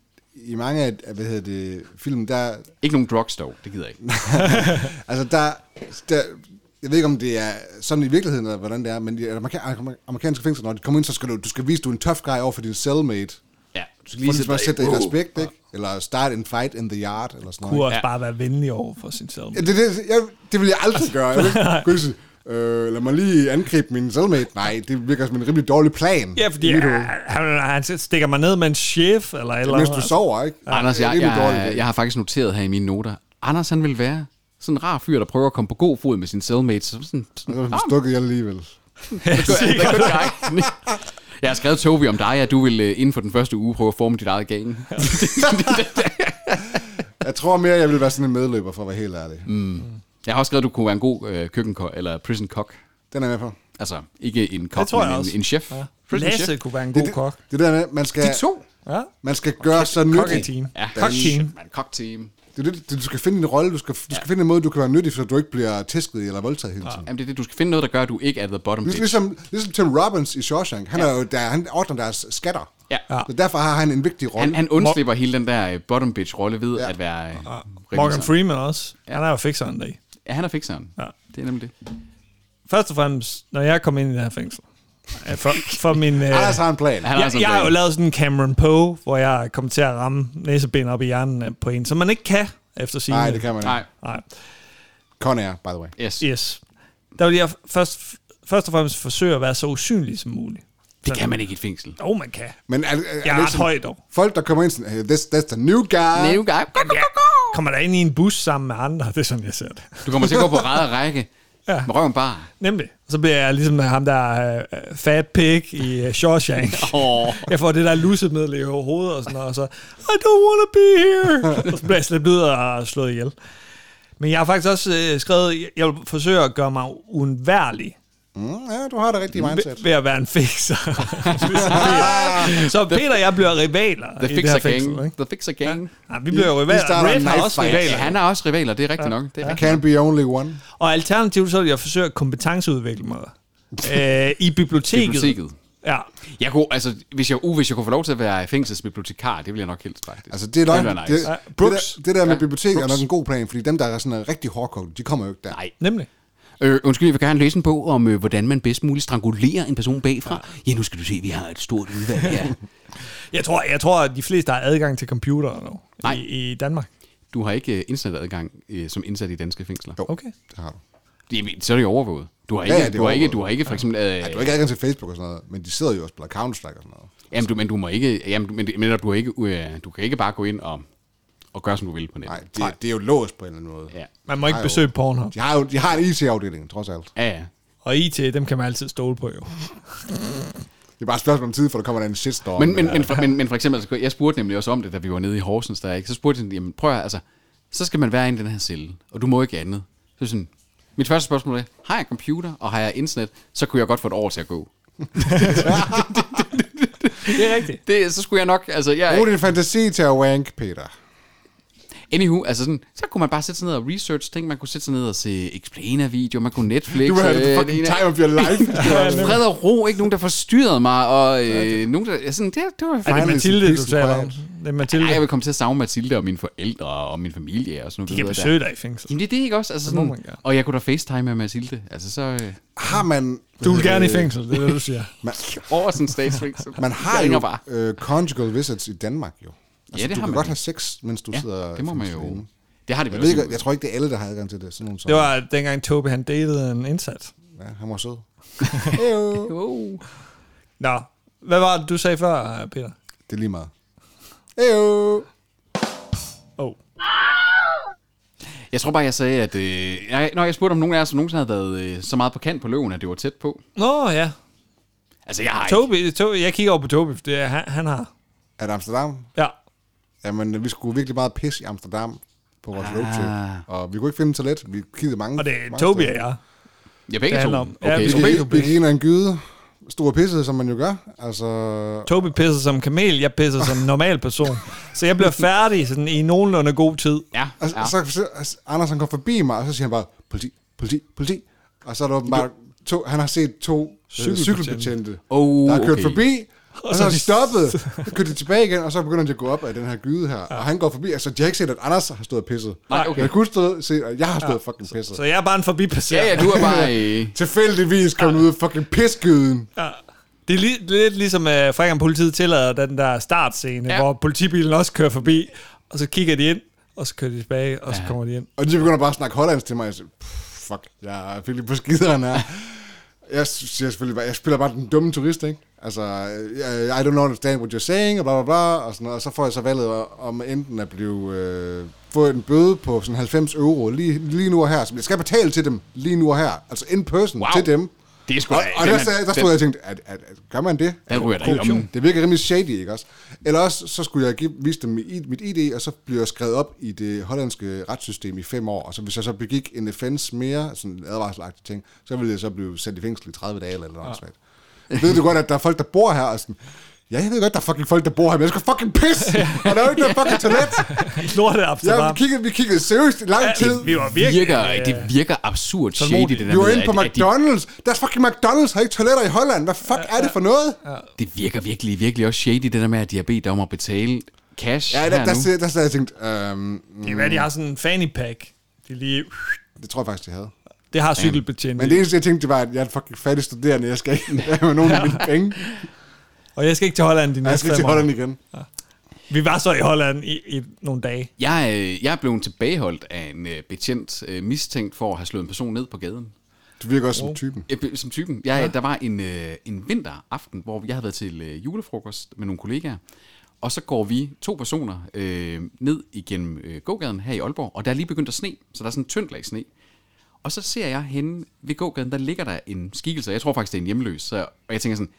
i mange af, hvad hedder det, film, der, Ikke nogen drugs dog, det gider jeg ikke. Altså, der, der, jeg ved ikke, om det er sådan i virkeligheden, eller hvordan det er, men i amerika- amerikanske fængsler, når de kommer ind, så skal du, du skal vise, du er en tough guy over for din cellmate. Ja, du skal Lige for ligesom at dig- sætte dig i Wow. respekt, ikke? Eller start en fight in the yard, eller sådan Kunne noget. også Ja. bare være venlig over for sin selv. Ja, det, det, jeg, det vil jeg aldrig Altså, gøre. Jeg vil ikke kunne sige, øh, lad mig lige angribe min cellmate. Nej, det virker som en rimelig dårlig plan. Ja, fordi Det er mit ja, han, han stikker mig ned med en chef, eller et eller hoved. Mens andet. du sover, ikke? Uh. Anders, Det er en jeg, rimelig dårlig jeg, idé. jeg har faktisk noteret her i mine noter. Anders, han vil være sådan en rar fyr, der prøver at komme på god fod med sin cellmate. Så sådan, sådan Så er du stukket jeg alligevel. Sikkert. Jeg har skrevet, Tobi, om dig, at du vil øh, inden for den første uge prøve at forme dit eget gang. Jeg tror mere, jeg vil være sådan en medløber, for at være helt ærlig. Mm. Jeg har også skrevet, at du kunne være en god øh, køkkenkok, eller prison cook. Den er jeg med på. Altså, ikke en kok, tror jeg men en, også. en chef. Ja. Prison Lasse chef. kunne være en Det, god kok. det, det der med, man skal... De to. Ja. Man skal gøre så nyttig. Kokketeam. Ja, Kokteam. Man, cockteam. Det er det, du skal finde en rolle, du skal, du skal finde en måde, du kan være nyttig, så du ikke bliver tæsket i eller voldtaget hele tiden. Ja. Jamen, det er det, du skal finde noget, der gør, at du ikke er the bottom bitch. Ligesom, ligesom Tim Robbins i Shawshank, han, ja. er jo der, han ordner deres skatter. Ja. Så derfor har han en vigtig rolle. Han, han undslipper hele den der øh, bottom bitch-rolle ved Ja. at være... øh, Ah, Morgan revisor. Freeman også. Han er jo fixeren der. Ja, han er fikseren. Ja. Det er nemlig det. Først og fremmest, når jeg kom ind i det her fængsel, øh, for, for min... Øh, Anders har en plan. Han er jeg, altså en jeg har jo plan. lavet sådan en Cameron Poe, hvor jeg kom til at ramme næseben op i hjernen øh, på en, som man ikke kan efter sine. Nej, det kan man Nej, ikke. Nej. Conair, by the way. yes. Yes. Der vil jeg først, først og fremmest forsøge at være så usynlig som muligt. Det kan man ikke i et fængsel. Jo, man kan. Men er, er, er Jeg det er ikke ret høj dog. Folk, der kommer ind sådan, hey, this, that's the new guy. New guy. Kommer der ind i en bus sammen med andre, det er sådan, jeg ser det. Du kommer til at gå på ræd og række. Ja. Med røven bare. Nemlig. Så bliver jeg ligesom ham der uh, fat pig i uh, Shawshank. Åh. Jeg får det der lussemiddel i hovedet og sådan noget, og så, I don't wanna be here. og så bliver jeg slæbt ud og slået ihjel. Men jeg har faktisk også øh, skrevet, jeg vil forsøge at gøre mig uundværlig Mm, ja, du har det rigtige mindset. ved, ved at være en fixer. Ligesom Peter. så Peter og jeg bliver rivaler The i det her Fixer fængsel. Gang. Ikke? The Fixer Gang. Ja, vi bliver jo Vi starter rivaler. Red en har knife også fight. rivaler. Ja, han er også rivaler, det er rigtigt nok. Det er rigtigt. Can be only one. Og alternativt så vil jeg forsøge at kompetenceudvikle mig øh, i biblioteket. Biblioteket. Ja. Jeg kunne, altså, hvis jeg, uh, hvis jeg kunne få lov til at være fængselsbibliotekar, det ville jeg nok helst faktisk. Altså, det er løgn. Det ville være nice. det, Ja, det, Brooks. der, det der med Ja, biblioteket er Brooks. nok en god plan, fordi dem, der er sådan er rigtig hårdkogte, de kommer jo ikke der. Nej. Nemlig. Øh, undskyld, jeg vil gerne læse en bog om, øh, hvordan man bedst muligt strangulerer en person bagfra. Ja, nu skal du se, vi har et stort udvalg her. Jeg tror, jeg tror, at de fleste har adgang til computere nu Nej. i, i Danmark. Du har ikke øh, internetadgang øh, som indsat i danske fængsler. Jo, Okay. det har du. Jamen, så er det jo overvåget. Du har Ja, ikke, ja, det er du har ikke, overvåget. du har ikke for eksempel... Øh, Du har ikke adgang til Facebook og sådan noget, men de sidder jo og spiller Counter-Strike og sådan noget. jamen, du, men du må ikke... Jamen, du, men, men netop, du, har ikke, øh, du kan ikke bare gå ind og, og gøre, som du vil på nettet. Nej, det, det er jo låst på en eller anden måde. Ja. Man må ikke Ej, jo. besøge Pornhub. De har jo de har en IT-afdeling, trods alt. Ja, ja. Og IT, dem kan man altid stole på jo. Det er bare et spørgsmål om tid, for der kommer der en shitstorm. Men, men, men, for, men, men for eksempel, altså, jeg spurgte nemlig også om det, da vi var nede i Horsens, der, ikke? så spurgte jeg, jamen prøv at, høre, altså, så skal man være inde i den her celle, og du må ikke andet. Så er jeg sådan, mit første spørgsmål er, har jeg computer, og har jeg internet, så kunne jeg godt få et år til at gå. Det er rigtigt. Det, så skulle jeg nok, altså, jeg, Brug din fantasi til at wank, Peter. Anywho, altså sådan, så kunne man bare sætte sig ned og research ting. Man kunne sætte sig ned og se Explainer-videoer, man kunne Netflix. Du vil have øh, the fucking ene- time of your life. Fred og ro, ikke nogen, der forstyrrede mig, og øh, nogen, der... Sådan, det, det var Er det Finally Mathilde, du some taler om? peace Det er Mathilde. Ej, jeg vil komme til at savne Mathilde og mine forældre og min familie og sådan noget. De kan videre der. besøge dig i fængsel. Jamen det er det ikke også, altså må sådan, man gerne. og jeg kunne da facetime med Mathilde, altså så øh, Har man... Du vil øh, gerne i fængsel, det er det, du siger. Man, over sådan en statsfængsel. man har Jeg jo ringer bare. øh, conjugal visits i Danmark jo. Altså, det du har kan man godt jo. have sex, mens du sidder... Ja, det må man fængslet jo. inde. Det har det Jeg, vel ved også. ikke, jeg tror ikke, det er alle, der har adgang til det. Sådan nogle som, Det var dengang Tobi, han datede en indsat. Ja, han var sød. Wow. Nå, hvad var det, du sagde før, Peter? Det er lige meget. Ejo. Oh. Jeg tror bare, jeg sagde, at... Øh, jeg, når jeg spurgte, om nogen af jer som nogensinde havde været øh, så meget på kant på løven, at det var tæt på. Nå, ja. Altså, jeg har ikke... Tobi, Tobi, jeg kigger over på Tobi, for det er, han, han har. Er det Amsterdam? Ja. Jamen, vi skulle virkelig meget pisse i Amsterdam på vores Ah. roadtrip. Og vi kunne ikke finde et toilet. Vi kiggede mange Og det er mange Tobi og steder. jeg. Jeg Det begge to. handler om- Ja, Okay, vi Vi skal- så Tobi, gik- Tobi. Vi gik ind af en gyde. Stor pisse, som man jo gør. Altså... Tobi pisser som kamel, jeg pisser som normal person. Så jeg bliver færdig sådan i nogenlunde god tid. Ja, Og ja. så, så altså, Anders han kom forbi mig, og så siger han bare, politi, politi, politi. Og så er der åbenbart to, han har set to cykelbetjente, Cykelbetjente. cykelbetjente Oh, der har kørt okay. forbi, og, så er så har de- de stoppet, så kørte de tilbage igen, og så begynder de at gå op af den her gyde her. Ja. Og han går forbi, altså de har ikke set, at Anders har stået og pisset. Nej, okay. Jeg kunne stå, se, at jeg har stået ja. fucking pisset. Så jeg er bare en forbipasser. Ja, ja, du er bare... Øh, Tilfældigvis kom ja. ud af fucking pisgyden. Ja. Det er li- lidt ligesom øh, Frækken Politiet tillader den der startscene, ja. Ja. hvor politibilen også kører forbi, og så kigger de ind, og så kører de tilbage, og så kommer de ind. Og de begynder bare at snakke hollandsk til mig. Jeg siger, "Pff, fuck, jeg er virkelig på skideren her. Jeg siger selvfølgelig bare, jeg spiller bare den dumme turist, ikke? Altså, I I don't understand what you're saying, og bla bla bla, og sådan noget. Og så får jeg så valget om enten at blive, øh, få en bøde på sådan 90 euro lige, lige nu og her, som jeg skal betale til dem lige nu og her. Altså in person Wow. til dem. det er sgu Og, da- og den der, er- sagde- der stod jeg og tænkte, at, at, at, gør man det? Den ryger da ikke om. Det virker rimelig shady, ikke også? Eller også, så skulle jeg give, vise dem mit, I- mit ID, og så blev jeg skrevet op i det hollandske retssystem i fem år. Og så hvis jeg så begik en offense mere, sådan en advarselagtig ting, så ville jeg så blive sendt i fængsel i 30 dage eller Ah. noget ja. Ved du godt, at der er folk, der bor her, og sådan, ja, jeg ved godt, der er fucking folk, der bor her, men jeg skal fucking pisse, og der er jo ikke noget fucking toilet. Lortet er Ja, Amsterdam. vi kiggede, vi kiggede seriøst i lang tid. Vi var det virkelig... virker, øh, det virker absurd shady, tålmodigt. det der Vi var med, inde på at- at de- McDonald's. Deres fucking McDonald's har ikke toiletter i Holland. Hvad fuck er det for noget? Det virker virkelig, virkelig også shady, det der med, at de har bedt dig om at betale cash Ja, her der, der, nu. der, der, der, jeg tænkt, øhm, det er, hvad, de har sådan en fanny pack. De lige, det tror jeg faktisk, de havde. det har cykelbetjente. Men det eneste, jeg tænkte, det var, at jeg er en fucking fattig studerende. Jeg skal ikke have med nogen af mine penge. Og jeg skal ikke til Holland de Nej, jeg næste skal ikke til fem år. Holland igen. Vi var så i Holland i, i nogle dage. Jeg, øh, jeg er blevet tilbageholdt af en øh, betjent øh, mistænkt for at have slået en person ned på gaden. Du virker også som typen. Jeg, blev- som typen. Jeg, ja. Der var en, øh, en vinteraften, hvor jeg havde været til øh, julefrokost med nogle kollegaer. Og så går vi to personer øh, ned igennem øh, gågaden her i Aalborg, og der er lige begyndt at sne, så der er sådan en tyndt lag sne. Og så ser jeg henne ved gågaden, der ligger der en skikkelse, og jeg tror faktisk, det er en hjemløs. Så, og jeg tænker sådan,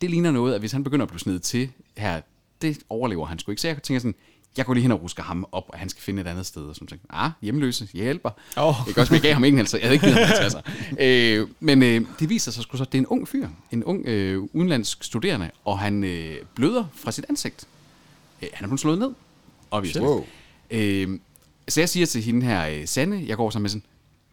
det ligner noget, at hvis han begynder at blive snedet til her, det overlever han sgu ikke. Så jeg tænker sådan, jeg går lige hen og rusker ham op, og han skal finde et andet sted. Og sådan tænker, ah, hjemløse, jeg hjælper. Åh. Ikke også, men jeg gav ham ingen altså. Jeg havde ikke givet ham 50'er. øh, Men øh, det viser sig sgu så, at det er en ung fyr. En ung øh, udenlandsk studerende, og han øh, bløder fra sit ansigt. Øh, han er blevet slået ned. Obviously. Wow. Øh, så jeg siger til hende her, øh, Sanne, jeg går sammen med sådan,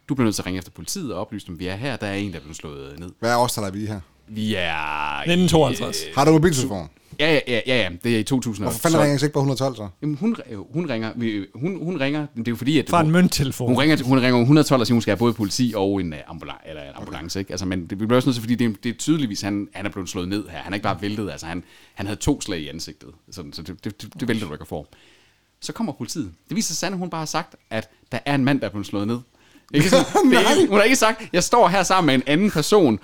du bliver nødt til at ringe efter politiet og oplyse dem, vi er her, der er en, der er blevet slået ned. Hvad er årstallet, vi er i her? Vi er... 1952. Har du mobiltelefon? Ja, ja, ja, ja, ja, det er i 2000. Hvorfor fanden ringer jeg ikke på 112 så? Jamen, hun, øh, hun ringer, vi- hun, hun ringer, men det er jo fordi, at... Fra en hun, mønttelefon. hun ringer, hun ringer 112 og siger, hun skal have både politi og en, uh, ambulan, eller en ambulance, ikke? Altså, men det bliver også nødt til, fordi det, er- det er tydeligvis, han, han er blevet slået ned her. Han er ikke bare væltet, altså han, han havde to slag i ansigtet, sådan, så det, det, det, det vælter du ikke at få. Så kommer politiet. Det viser sig, Sanne, hun bare har sagt, at der er en mand, der er blevet slået ned. Ikke sådan, det er ikke, hun har ikke sagt, jeg står her sammen med en anden person,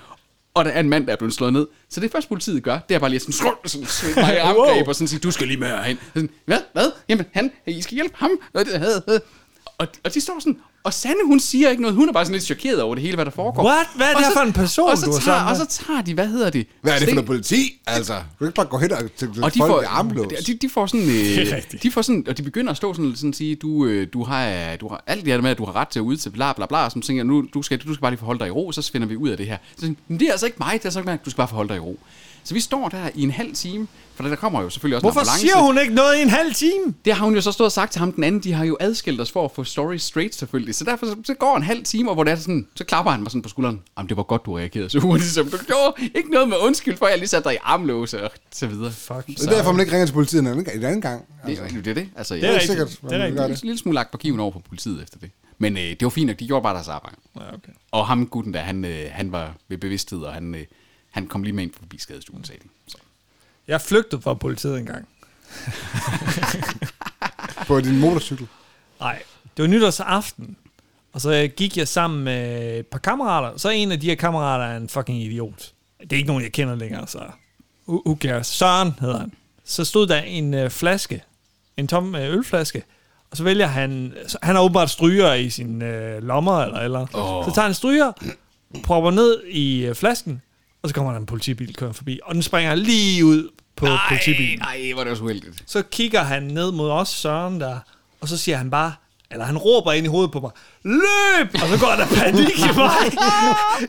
og der er en mand, der er blevet slået ned. Så det første politiet gør, det er bare lige sådan, slå, sådan, sådan mig i armgreb, og sådan sige, du skal lige med herind. Sådan, hvad, hvad? Jamen, han, I skal hjælpe ham. Og, det- øh, øh. og, de- og de står sådan, og Sanne, hun siger ikke noget. Hun er bare sådan lidt chokeret over det hele, hvad der foregår. What? Hvad er det Og her så- for en person, og så du er tager- sammen Og med? så tager de, hvad hedder det? Hvad er det for Sten- noget politi? Altså, du kan ikke bare gå hen og til og de folk får, i armlås. de, de får sådan, Det er øh, rigtigt. de får sådan, og de begynder at stå sådan, sådan sige, du, øh, du har, du har alt det her med, at du har ret til at ud til bla bla bla, og sådan tænker, jeg, nu, du skal, du skal bare lige forholde dig i ro, så finder vi ud af det her. Så, sådan, men det er altså ikke mig, det er altså ikke mig, du skal bare forholde dig i ro. Så Så vi står der i en halv time, for der kommer jo selvfølgelig også en Hvorfor ambulance. siger hun ikke noget i en halv time? Det har hun jo så stået og sagt til ham den anden. De har jo adskilt os for at få story straight selvfølgelig. Så derfor så, så går en halv time, og hvor det er sådan, så klapper han mig sådan på skulderen. Jamen det var godt, du reagerede så hurtigt, som du gjorde. Ikke noget med undskyld, for jeg lige satte dig i armlåse og så videre. Fuck. Det er derfor, man ikke ringer til politiet en anden, en anden gang. Det Altså, er jo det, det. Altså, jeg Det er det er rigtigt. sikkert, Det er man vil rigtigt. gøre er en det. lille smule lagt på kiven over på politiet efter det. Men øh, det var fint nok, de gjorde bare deres arbejde. Ja, okay. Og ham gutten der, han, øh, han var ved bevidsthed, og han, øh, han kom lige med ind forbi skadestuen, sagde de. Så. Jeg flygtede fra politiet engang. På din motorcykel. Nej, det var nytårsaften. Og så gik jeg sammen med et par kammerater. Så en af de her kammerater er en fucking idiot. Det er ikke nogen, jeg kender længere, så... Who who cares? Søren hedder han. Så stod der en øh, flaske. En tom øh, ølflaske. Og så vælger han... Så han har åbenbart stryger i sin øh, lommer eller eller. Åh. Oh. Så tager han stryger, propper ned i øh, flasken, og så kommer der en politibil kører forbi. Og den springer lige ud på politibilen. nej, hvor er det også uheldigt. Så kigger han ned mod os, Søren der, og så siger han bare, eller han råber ind i hovedet på mig, løb! Og så går der panik i mig.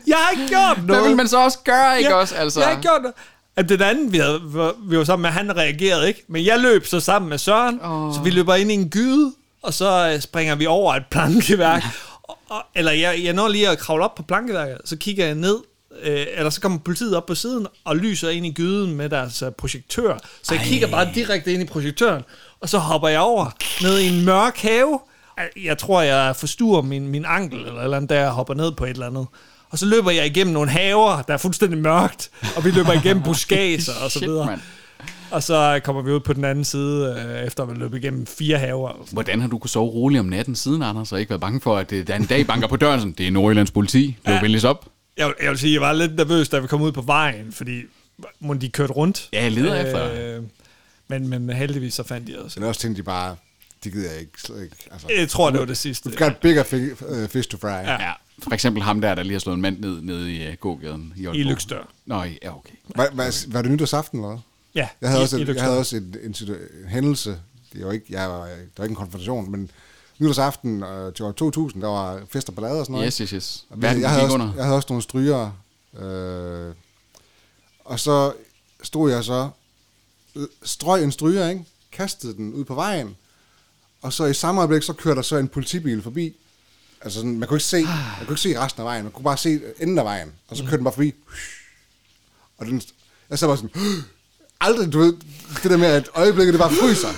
Jeg har ikke gjort noget. Hvad vil man så også gøre, ikke Jeg- også? Altså? Jeg har ikke gjort noget. At den anden, vi, havde, vi var sammen med, han reagerede ikke. Men jeg løb så sammen med Søren, Åh. oh. så vi løber ind i en gyde, og så øh, springer vi over et plankeværk. og, og, eller jeg, jeg når lige at kravle op på plankeværket, så kigger jeg ned, øh, eller så kommer politiet op på siden og lyser ind i gyden med deres øh, projektør. Så jeg Ej. Ej. kigger bare direkte ind i projektøren, og så hopper jeg over ned i en mørk have. Ej, Jeg tror, jeg forstuer min, min ankel eller et eller andet, da jeg hopper ned på et eller andet. Og så løber jeg igennem nogle haver, der er fuldstændig mørkt, og vi løber igennem buskager og så Shit, videre. mand. Og så kommer vi ud på den anden side, øh, efter at have løbet igennem fire haver. Hvordan har du kunnet sove roligt om natten siden, Anders, og ikke været bange for, at øh, der en dag banker på døren, sådan, det er Nordjyllands politi, du ja. venligst op? Jeg, vil- jeg vil sige, jeg var lidt nervøs, da vi kom ud på vejen, fordi må de kørte rundt. Ja, jeg leder efter Øh, men, men heldigvis så fandt de os. Men også tænkte de bare, det gider jeg ikke. slet ikke. Altså, Jeg tror, det var det sidste. We've got bigger fi- øh, fish to fry. Ja. Ja. For eksempel ham der, der lige har slået en mand ned, ned i uh, gågaden. I, Aalborg. I Lykstør. Nå, i- ja, okay. Var, var, var det nytårsaften eller hvad? Ja, Jeg havde i- også, i et, jeg Løgstør. havde også en, en, situ- en hændelse. Det var ikke, jeg var, der var ikke en konfrontation, men nytårsaften øh, til år 2000, der var fest og ballade og sådan noget. Yes, yes, yes. Og vi- Verden jeg, havde gik også, under. jeg havde også nogle strygere. Øh, og så stod jeg så, øh, strøg en stryger, ikke? kastede den ud på vejen, og så i samme øjeblik, så kørte der så en politibil forbi. Altså sådan, man kunne ikke se, Ah. man kunne ikke se resten af vejen, man kunne bare se enden af vejen, og så kørte den bare forbi. Og den, jeg sad bare sådan, aldrig, du ved, det der med, at øjeblikket, det bare fryser.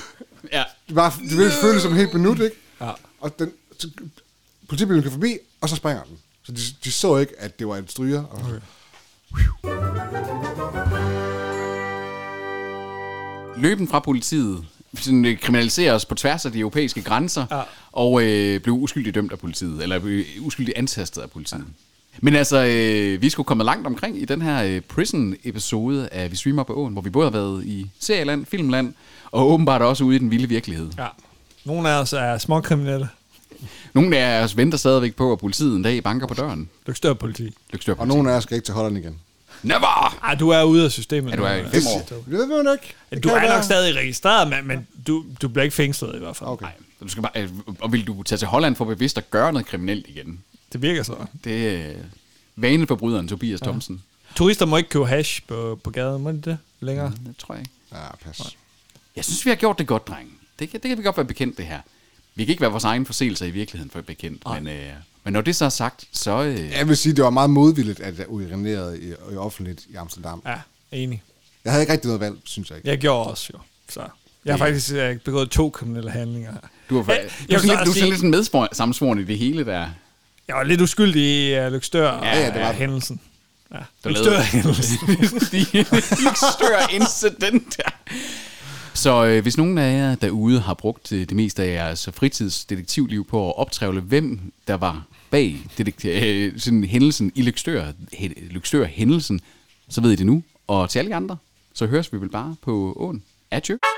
Ja. Det var, det ville føles som helt minut, ikke? Ja. Og den, så, politibilen kan forbi, og så springer den. Så de, de så ikke, at det var en stryger. Og, okay. Løben fra politiet sådan, øh, kriminaliseres på tværs af de europæiske grænser, ja. Ja. og øh, blev uskyldigt dømt af politiet, eller øh, uskyldigt antastet af politiet. Ja. Men altså, øh, vi skulle komme langt omkring i den her øh, prison-episode af Vi streamer på åen, hvor vi både har været i serieland, filmland, og åbenbart også ude i den vilde virkelighed. Ja. Nogle af os er småkriminelle. Nogle af os venter stadigvæk på, at politiet en dag banker på døren. Løgstør politi. Lykstør og nogen af os skal ikke til Holland igen. Never! Ah, du er ude af systemet. Ja, du er i nu. øh. fem år. Det ved man jo ikke. Det Du kan er være. nok stadig registreret, men, men du, du bliver ikke fængslet i hvert fald. Okay. Nej, du skal bare, øh, og vil du tage til Holland for bevidst at gøre noget kriminelt igen? Det virker så. Det er øh, vaneforbryderen Tobias Thomsen. Turister må ikke købe hash på, på gaden, må de det længere? Ja. Det tror jeg ikke. Ja, Ah, pas. Jeg synes, vi har gjort det godt, dreng. Det kan, det kan vi godt være bekendt, det her. Vi kan ikke være vores egen forseelser i virkeligheden for bekendt, men, øh, men når det så er sagt, så... Øh, Jeg vil sige, det var meget modvilligt, at jeg urinerede i, i offentligt i Amsterdam. Ja, enig. Jeg havde ikke rigtig noget valg, synes jeg ikke. Jeg gjorde også jo. Så. Jeg har faktisk øh, begået to kriminelle handlinger. her. du er, Ja, fa- du vil er sådan så lidt, du er også sådan sige, lidt sådan medspor- samsvoren i det hele der. Jeg var lidt uskyldig i uh, Lykstør og Ja, ja, ja, ja, det var du. hændelsen. Ja. der Lykstør hændelsen. større incident der. Så øh, hvis nogen af jer derude har brugt øh, det meste af jeres fritidsdetektivliv på at optrævle, hvem der var bag detekti- øh, sådan hændelsen i Lykstør, hæ- Lykstør-hændelsen, så ved I det nu. Og til alle jer andre, så høres vi vel bare på åen. Adjø.